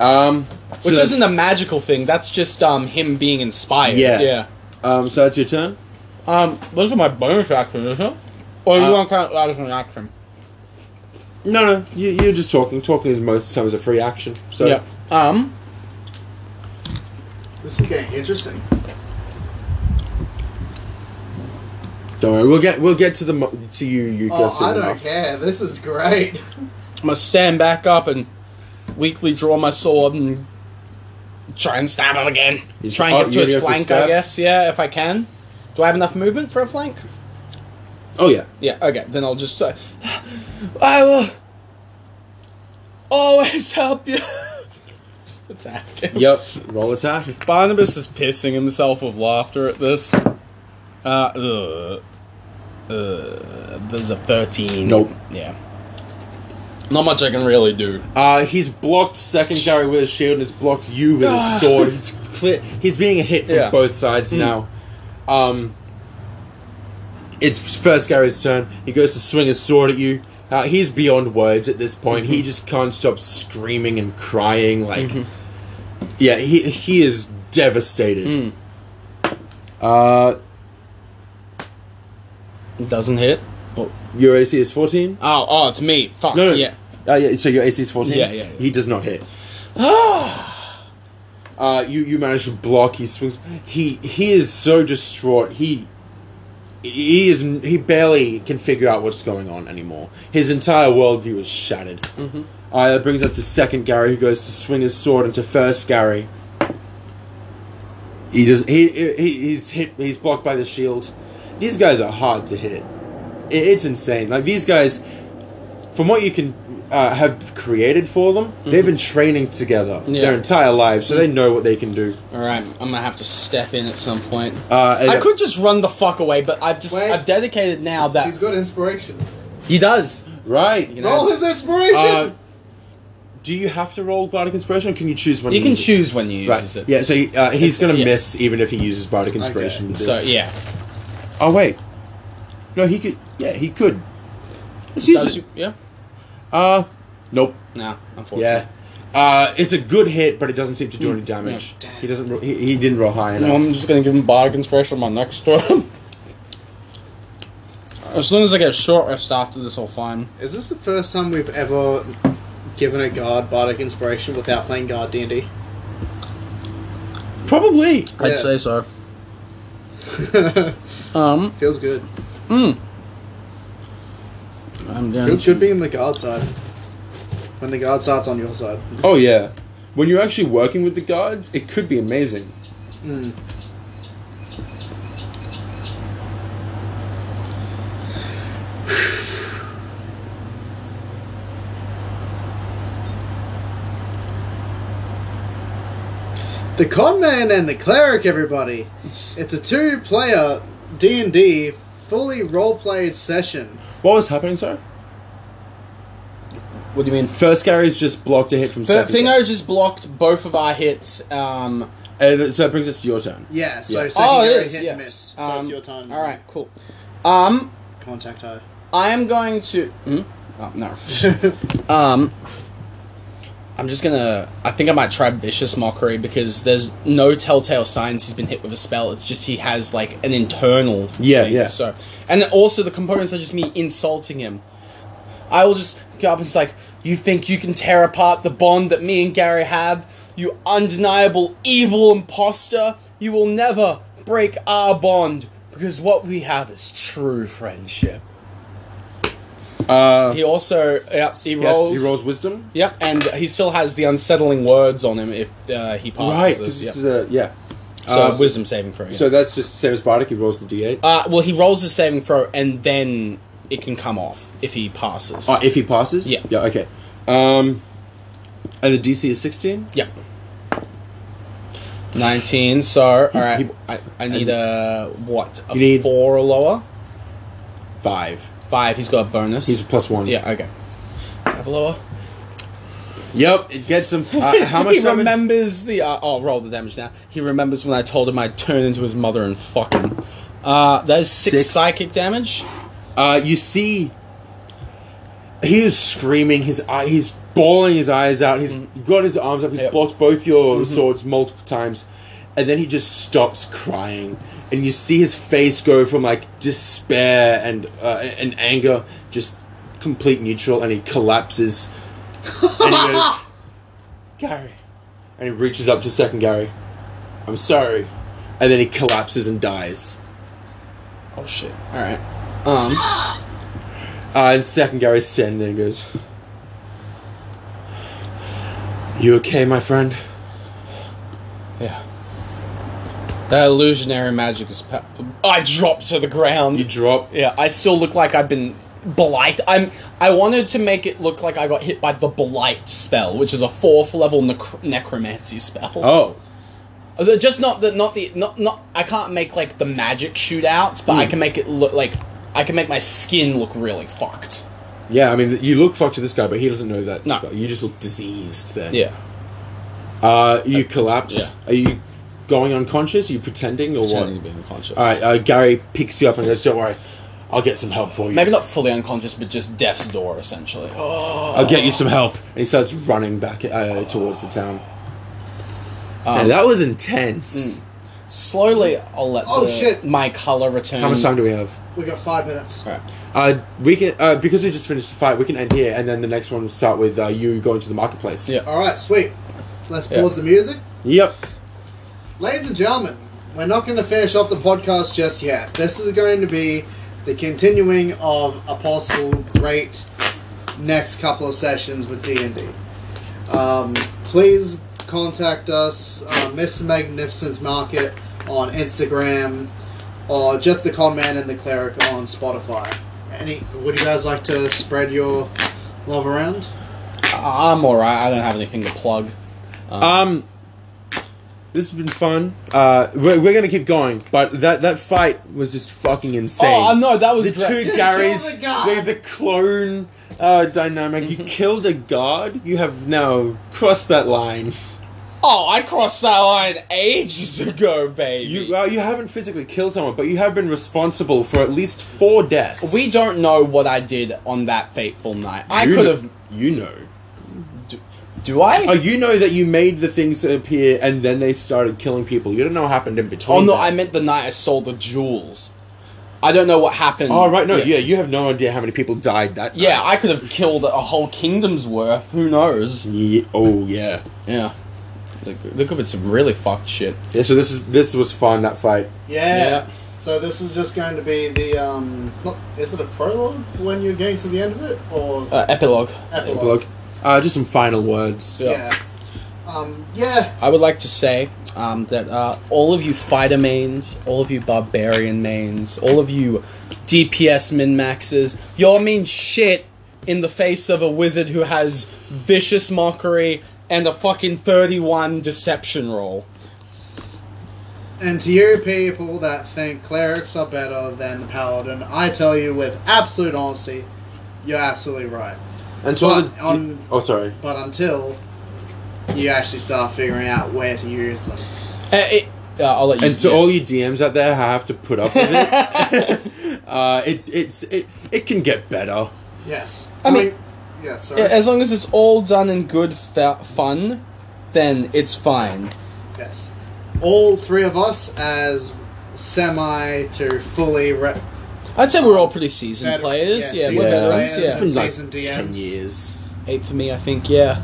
Speaker 3: Um, so
Speaker 2: Which
Speaker 3: that's-
Speaker 2: isn't a magical thing. That's just um him being inspired.
Speaker 3: Yeah. um. So that's your turn.
Speaker 2: Um, those are my bonus actions, isn't it? Or
Speaker 3: Uh,
Speaker 2: you want to count that as an action?
Speaker 3: No, no, you, you're just talking. Talking is most times a free action. So
Speaker 2: Um.
Speaker 4: This is getting interesting.
Speaker 3: Don't worry, we'll get we'll get to the mo- to you you
Speaker 4: Oh,
Speaker 3: guys.
Speaker 4: I
Speaker 3: soon
Speaker 4: don't
Speaker 3: enough.
Speaker 4: care. This is great. [laughs]
Speaker 2: I'm gonna stand back up and weakly draw my sword and try and stab him again.
Speaker 3: You-
Speaker 2: try and
Speaker 3: oh,
Speaker 2: get to
Speaker 3: you
Speaker 2: his
Speaker 3: have to
Speaker 2: flank, I
Speaker 3: stab?
Speaker 2: guess. Yeah, if I can. Do I have enough movement for a flank?
Speaker 3: Oh yeah,
Speaker 2: Yeah. Okay. Then I'll just. Uh, [sighs] I will always help you. [laughs] Just attack him.
Speaker 3: yep. Roll attack.
Speaker 2: Barnabas is pissing himself with laughter at this. Uh, uh, uh, there's a 13.
Speaker 3: Nope.
Speaker 2: Yeah. Not much I can really do.
Speaker 3: Uh, he's blocked second Gary with his shield, and it's blocked you with his sword. He's clear. He's being hit from
Speaker 2: Yeah.
Speaker 3: both sides now. Um, it's first Gary's turn. He goes to swing his sword at you. Uh, he's beyond words at this point. He just can't stop screaming and crying. Like, yeah, he he is devastated. Uh,
Speaker 2: It doesn't hit. Oh,
Speaker 3: your AC is fourteen.
Speaker 2: oh, oh, it's me. Fuck.
Speaker 3: No, no,
Speaker 2: Yeah.
Speaker 3: Uh, yeah. So your AC is fourteen.
Speaker 2: Yeah, yeah, Ah! yeah.
Speaker 3: He does not hit. uh, you you manage to block. He swings. He he is so distraught. He he is he barely can figure out what's going on anymore. His entire worldview is shattered.
Speaker 2: Mm-hmm.
Speaker 3: Uh, that brings us to second Gary, who goes to swing his sword into first Gary. He does. He, he he's hit. He's blocked by the shield. These guys are hard to hit. It, it's insane. Like these guys, from what you can uh, have created for them, they've been training together
Speaker 2: Mm-hmm. Yeah.
Speaker 3: their entire lives, so they know what they can do.
Speaker 2: All right. I'm gonna have to step in at some point.
Speaker 3: Uh, and-
Speaker 2: I could just run the fuck away, but I've just
Speaker 4: Wait.
Speaker 2: I've dedicated now that
Speaker 4: He's got inspiration.
Speaker 2: he does.
Speaker 3: right. You
Speaker 4: Roll his inspiration.
Speaker 3: uh, do you have to roll bardic inspiration? Or can you choose when
Speaker 2: You
Speaker 3: you
Speaker 2: can
Speaker 3: use it?
Speaker 2: choose when you use
Speaker 3: Right.
Speaker 2: it.
Speaker 3: Yeah. So he, uh, he's gonna
Speaker 2: yeah.
Speaker 3: miss even if he uses bardic inspiration. This.
Speaker 2: So yeah.
Speaker 3: Oh wait. No, he could. Yeah, he could. Let's
Speaker 2: That
Speaker 3: use
Speaker 2: was-
Speaker 3: it.
Speaker 2: yeah.
Speaker 3: Uh, nope.
Speaker 2: No. Unfortunately.
Speaker 3: Yeah. Hmm. Uh, it's a good hit, but it doesn't seem to do any damage. He doesn't. ro- He, he didn't roll high enough.
Speaker 2: I'm just gonna give him bardic inspiration my next turn. [laughs] As long as I get a short rest after this, all fine.
Speaker 4: Is this the first time we've ever given a guard bardic inspiration without playing guard D and D?
Speaker 3: Probably.
Speaker 4: Yeah.
Speaker 2: I'd say
Speaker 4: [laughs]
Speaker 2: so. um,
Speaker 4: Feels good.
Speaker 2: I'm down.
Speaker 4: It should be in the guard side. When the guard side's on your side.
Speaker 3: Oh yeah. When you're actually working with the guards, it could be amazing.
Speaker 4: The con man and the cleric, everybody. It's a two-player D and D fully role-played session.
Speaker 3: What was happening, sir?
Speaker 2: What do you mean?
Speaker 3: First Gary's just blocked a hit from
Speaker 2: The
Speaker 3: second. Gary.
Speaker 2: Fingo just blocked both of our hits. Um,
Speaker 3: Uh, so that brings us to your turn.
Speaker 4: Yeah. So
Speaker 3: Yeah.
Speaker 4: secondary
Speaker 2: oh, it is.
Speaker 4: hit
Speaker 2: Yes.
Speaker 4: miss. So
Speaker 2: um,
Speaker 4: it's your time.
Speaker 2: All right. Cool. Um,
Speaker 4: Contact high.
Speaker 2: I am going to. Hmm? Oh, no.
Speaker 4: [laughs]
Speaker 2: um, I'm just gonna. I think I might try vicious mockery because there's no telltale signs he's been hit with a spell. It's just he has like an internal.
Speaker 3: Yeah,
Speaker 2: thing,
Speaker 3: yeah.
Speaker 2: So, and also the components are just me insulting him. I will just go up and it's like, you think you can tear apart the bond that me and Gary have? You undeniable evil imposter! You will never break our bond because what we have is true friendship.
Speaker 3: Uh,
Speaker 2: He also yep, he
Speaker 3: yes,
Speaker 2: rolls.
Speaker 3: He rolls wisdom.
Speaker 2: Yep, and he still has the unsettling words on him if uh, he passes
Speaker 3: Right. 'cause
Speaker 2: this. Yep.
Speaker 3: this is a- yeah.
Speaker 2: so
Speaker 3: Uh,
Speaker 2: wisdom saving throw. yeah.
Speaker 3: So that's just Sarah's bardic. He rolls the d8.
Speaker 2: uh, well, he rolls the saving throw and then it can come off if he passes.
Speaker 3: Oh, if he passes?
Speaker 2: Yeah.
Speaker 3: Yeah, okay. Um, and the DC is 16?
Speaker 2: Yep. Nineteen. So all right,
Speaker 3: he-
Speaker 2: I, I need a what? A
Speaker 3: You need-
Speaker 2: four or lower.
Speaker 3: Five.
Speaker 2: Five. He's got a bonus.
Speaker 3: He's a plus one.
Speaker 2: yeah. Okay. Have a lower.
Speaker 3: Yep, it gets him. Uh, [laughs] how much
Speaker 2: he
Speaker 3: damage?
Speaker 2: remembers the. Uh, oh, roll the damage now. He remembers when I told him I'd turn into his mother and fuck him. Uh, that is six,
Speaker 3: Six.
Speaker 2: psychic damage.
Speaker 3: Uh, you see, he is screaming. His eye, he's bawling his eyes out. He's got his arms up. He's
Speaker 2: Yep.
Speaker 3: blocked both your swords multiple times, and then he just stops crying. And you see his face go from like despair and uh, and anger, just complete neutral, and he collapses. and he goes, Gary, and he reaches up to second Gary. I'm sorry, and then he collapses and dies.
Speaker 2: Oh shit! All right. Um,
Speaker 3: Uh, and second Gary's standing there and goes, You okay, my friend?
Speaker 2: yeah. That illusionary magic is. Pa- I drop to the ground.
Speaker 3: You drop.
Speaker 2: yeah, I still look like I've been blight. I'm. I wanted to make it look like I got hit by the blight spell, which is a fourth level necr- necromancy spell.
Speaker 3: Oh.
Speaker 2: Although Just not the not the not not I can't make like
Speaker 3: Hmm.
Speaker 2: the magic shootouts, but I can make it look like I can make my skin look really fucked.
Speaker 3: Yeah, I mean, you look fucked to this guy, but he doesn't know that.
Speaker 2: No.
Speaker 3: spell. You just look diseased then.
Speaker 2: Yeah.
Speaker 3: Uh, you collapse.
Speaker 2: Yeah.
Speaker 3: Are you going unconscious? Are you pretending or
Speaker 2: Pretending
Speaker 3: what?
Speaker 2: to be unconscious.
Speaker 3: All right, uh, Gary picks you up and goes, "Don't worry, I'll get some help for you.
Speaker 2: Maybe not fully unconscious, but just death's door essentially.
Speaker 3: I'll get you some help." And he starts running back uh, towards the town.
Speaker 2: Um,
Speaker 3: and that was
Speaker 2: mm.
Speaker 3: intense.
Speaker 2: Slowly, I'll let
Speaker 4: Oh,
Speaker 2: the-
Speaker 4: shit.
Speaker 2: my color return.
Speaker 3: How much time do we have?
Speaker 4: We got five minutes.
Speaker 2: Alright.
Speaker 3: Uh, we can uh, because we just finished the fight. We can end here, and then the next one will start with uh, you going to the marketplace.
Speaker 2: Yeah.
Speaker 4: All right, sweet. Let's
Speaker 2: Yeah.
Speaker 4: pause the music.
Speaker 3: Yep.
Speaker 4: Ladies and gentlemen, we're not going to finish off the podcast just yet. This is going to be the continuing of a possible great next couple of sessions with D&D. Um, please contact us, uh, Mr. Magnificence Market on Instagram, or just the Con Man and the Cleric on Spotify. Any? Would you guys like to spread your love around?
Speaker 2: I- I'm alright. I don't have anything to plug.
Speaker 3: Um, this has been fun. Uh, we're, we're gonna keep going, but that that fight was just fucking insane.
Speaker 2: Oh no, that was
Speaker 3: the
Speaker 2: great. [laughs]
Speaker 3: two Garys,
Speaker 4: killed a
Speaker 3: the,
Speaker 4: guard.
Speaker 3: the clone uh, dynamic.
Speaker 2: Mm-hmm.
Speaker 3: You killed a guard. You have now crossed that line.
Speaker 2: Oh, I crossed that line ages ago, baby.
Speaker 3: You well, you haven't physically killed someone, but you have been responsible for at least four deaths.
Speaker 2: we don't know what I did on that fateful night. I
Speaker 3: You
Speaker 2: could
Speaker 3: kn-
Speaker 2: have.
Speaker 3: You know.
Speaker 2: Do, do I?
Speaker 3: Oh, you know that you made the things appear, and then they started killing people. You don't know what happened in between.
Speaker 2: oh no,
Speaker 3: that.
Speaker 2: I meant the night I stole the jewels. I don't know what happened.
Speaker 3: Oh right, no, yeah. you have no idea how many people died that.
Speaker 2: Yeah, I could have killed a whole kingdom's worth. Who knows?
Speaker 3: Ye- oh yeah.
Speaker 2: Yeah. There could there could be some really fucked shit.
Speaker 3: Yeah. So this is this was fun. That fight.
Speaker 4: Yeah.
Speaker 2: Yeah.
Speaker 4: So this is just going to be the um. Not, is it a prologue when you're getting to the end of it, or
Speaker 2: Uh, epilogue.
Speaker 4: epilogue?
Speaker 3: Look, uh, just some final words.
Speaker 2: Yeah.
Speaker 4: Yeah. Um. Yeah.
Speaker 2: I would like to say um, that uh, all of you fighter mains, all of you barbarian mains, all of you DPS min maxes, y'all mean shit in the face of a wizard who has vicious mockery and a fucking 31 deception roll.
Speaker 4: And to you people that think clerics are better than the paladin, I tell you with absolute honesty, you're absolutely right.
Speaker 3: And so
Speaker 4: But,
Speaker 3: the,
Speaker 4: um,
Speaker 3: oh sorry.
Speaker 4: But until you actually start figuring out where to use them,
Speaker 2: Uh, it, uh, I'll let you.
Speaker 3: And to
Speaker 2: yeah.
Speaker 3: all you DMs out there who have to put up with
Speaker 2: [laughs]
Speaker 3: it, [laughs] uh, it it's it, it can get better.
Speaker 4: yes.
Speaker 2: I mean-
Speaker 4: yeah. Sorry.
Speaker 2: Yeah, as long as it's all done in good fa- fun, then it's fine.
Speaker 4: Yes. All three of us as semi to fully re-
Speaker 2: I'd say we're all pretty seasoned
Speaker 4: Better-
Speaker 2: players.
Speaker 4: yeah,
Speaker 2: Yeah, we're veterans.
Speaker 4: seasoned players.
Speaker 2: Yeah.
Speaker 4: It's been
Speaker 3: like
Speaker 4: Season DMs.
Speaker 3: ten years.
Speaker 2: Eight for me, I think. Yeah.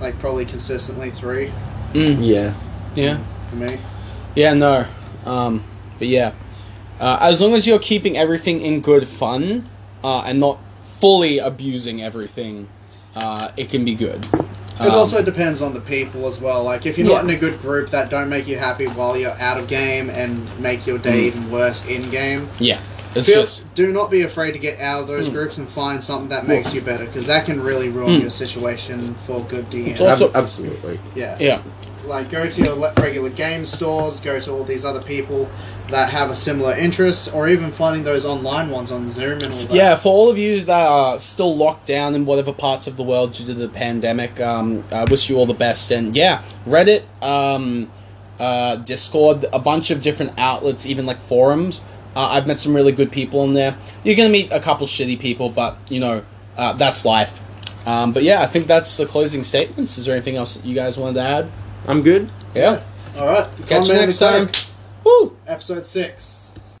Speaker 4: like probably consistently three
Speaker 3: Yeah.
Speaker 2: Yeah.
Speaker 4: for me.
Speaker 2: Yeah, no. Um, but yeah. Uh, as long as you're keeping everything in good fun uh, and not fully abusing everything, uh, it can be good. Uh,
Speaker 4: It also depends on the people as well. Like if you're not
Speaker 2: Um,
Speaker 4: in
Speaker 2: Yeah.
Speaker 4: a good group that don't make you happy while you're out of game and make your day even worse in game.
Speaker 2: Yeah. Mm. It's
Speaker 4: Feel,
Speaker 2: just. Mm.
Speaker 4: do not be afraid to get out of those groups and find something that makes you better because that can really ruin your situation for good
Speaker 2: It's
Speaker 4: DM.
Speaker 2: all- Also-
Speaker 3: Ab- absolutely.
Speaker 4: Yeah.
Speaker 2: Yeah.
Speaker 4: like go to your le- regular game stores, go to all these other people that have a similar interest, or even finding those online ones on Zoom and all that.
Speaker 2: Yeah, for all of you that are still locked down in whatever parts of the world due to the pandemic, um, I wish you all the best. And yeah, Reddit, um, uh, Discord, a bunch of different outlets, even like forums. Uh, I've met some really good people in there. You're gonna meet a couple shitty people, but you know uh, that's life. Um, but yeah, I think that's the closing statements. Is there anything else that you guys wanted to add?
Speaker 3: I'm good.
Speaker 2: Yeah.
Speaker 4: All right.
Speaker 2: Catch
Speaker 4: Con
Speaker 2: you
Speaker 4: Man
Speaker 2: next
Speaker 4: the Cleric,
Speaker 2: time. Woo.
Speaker 4: Episode six.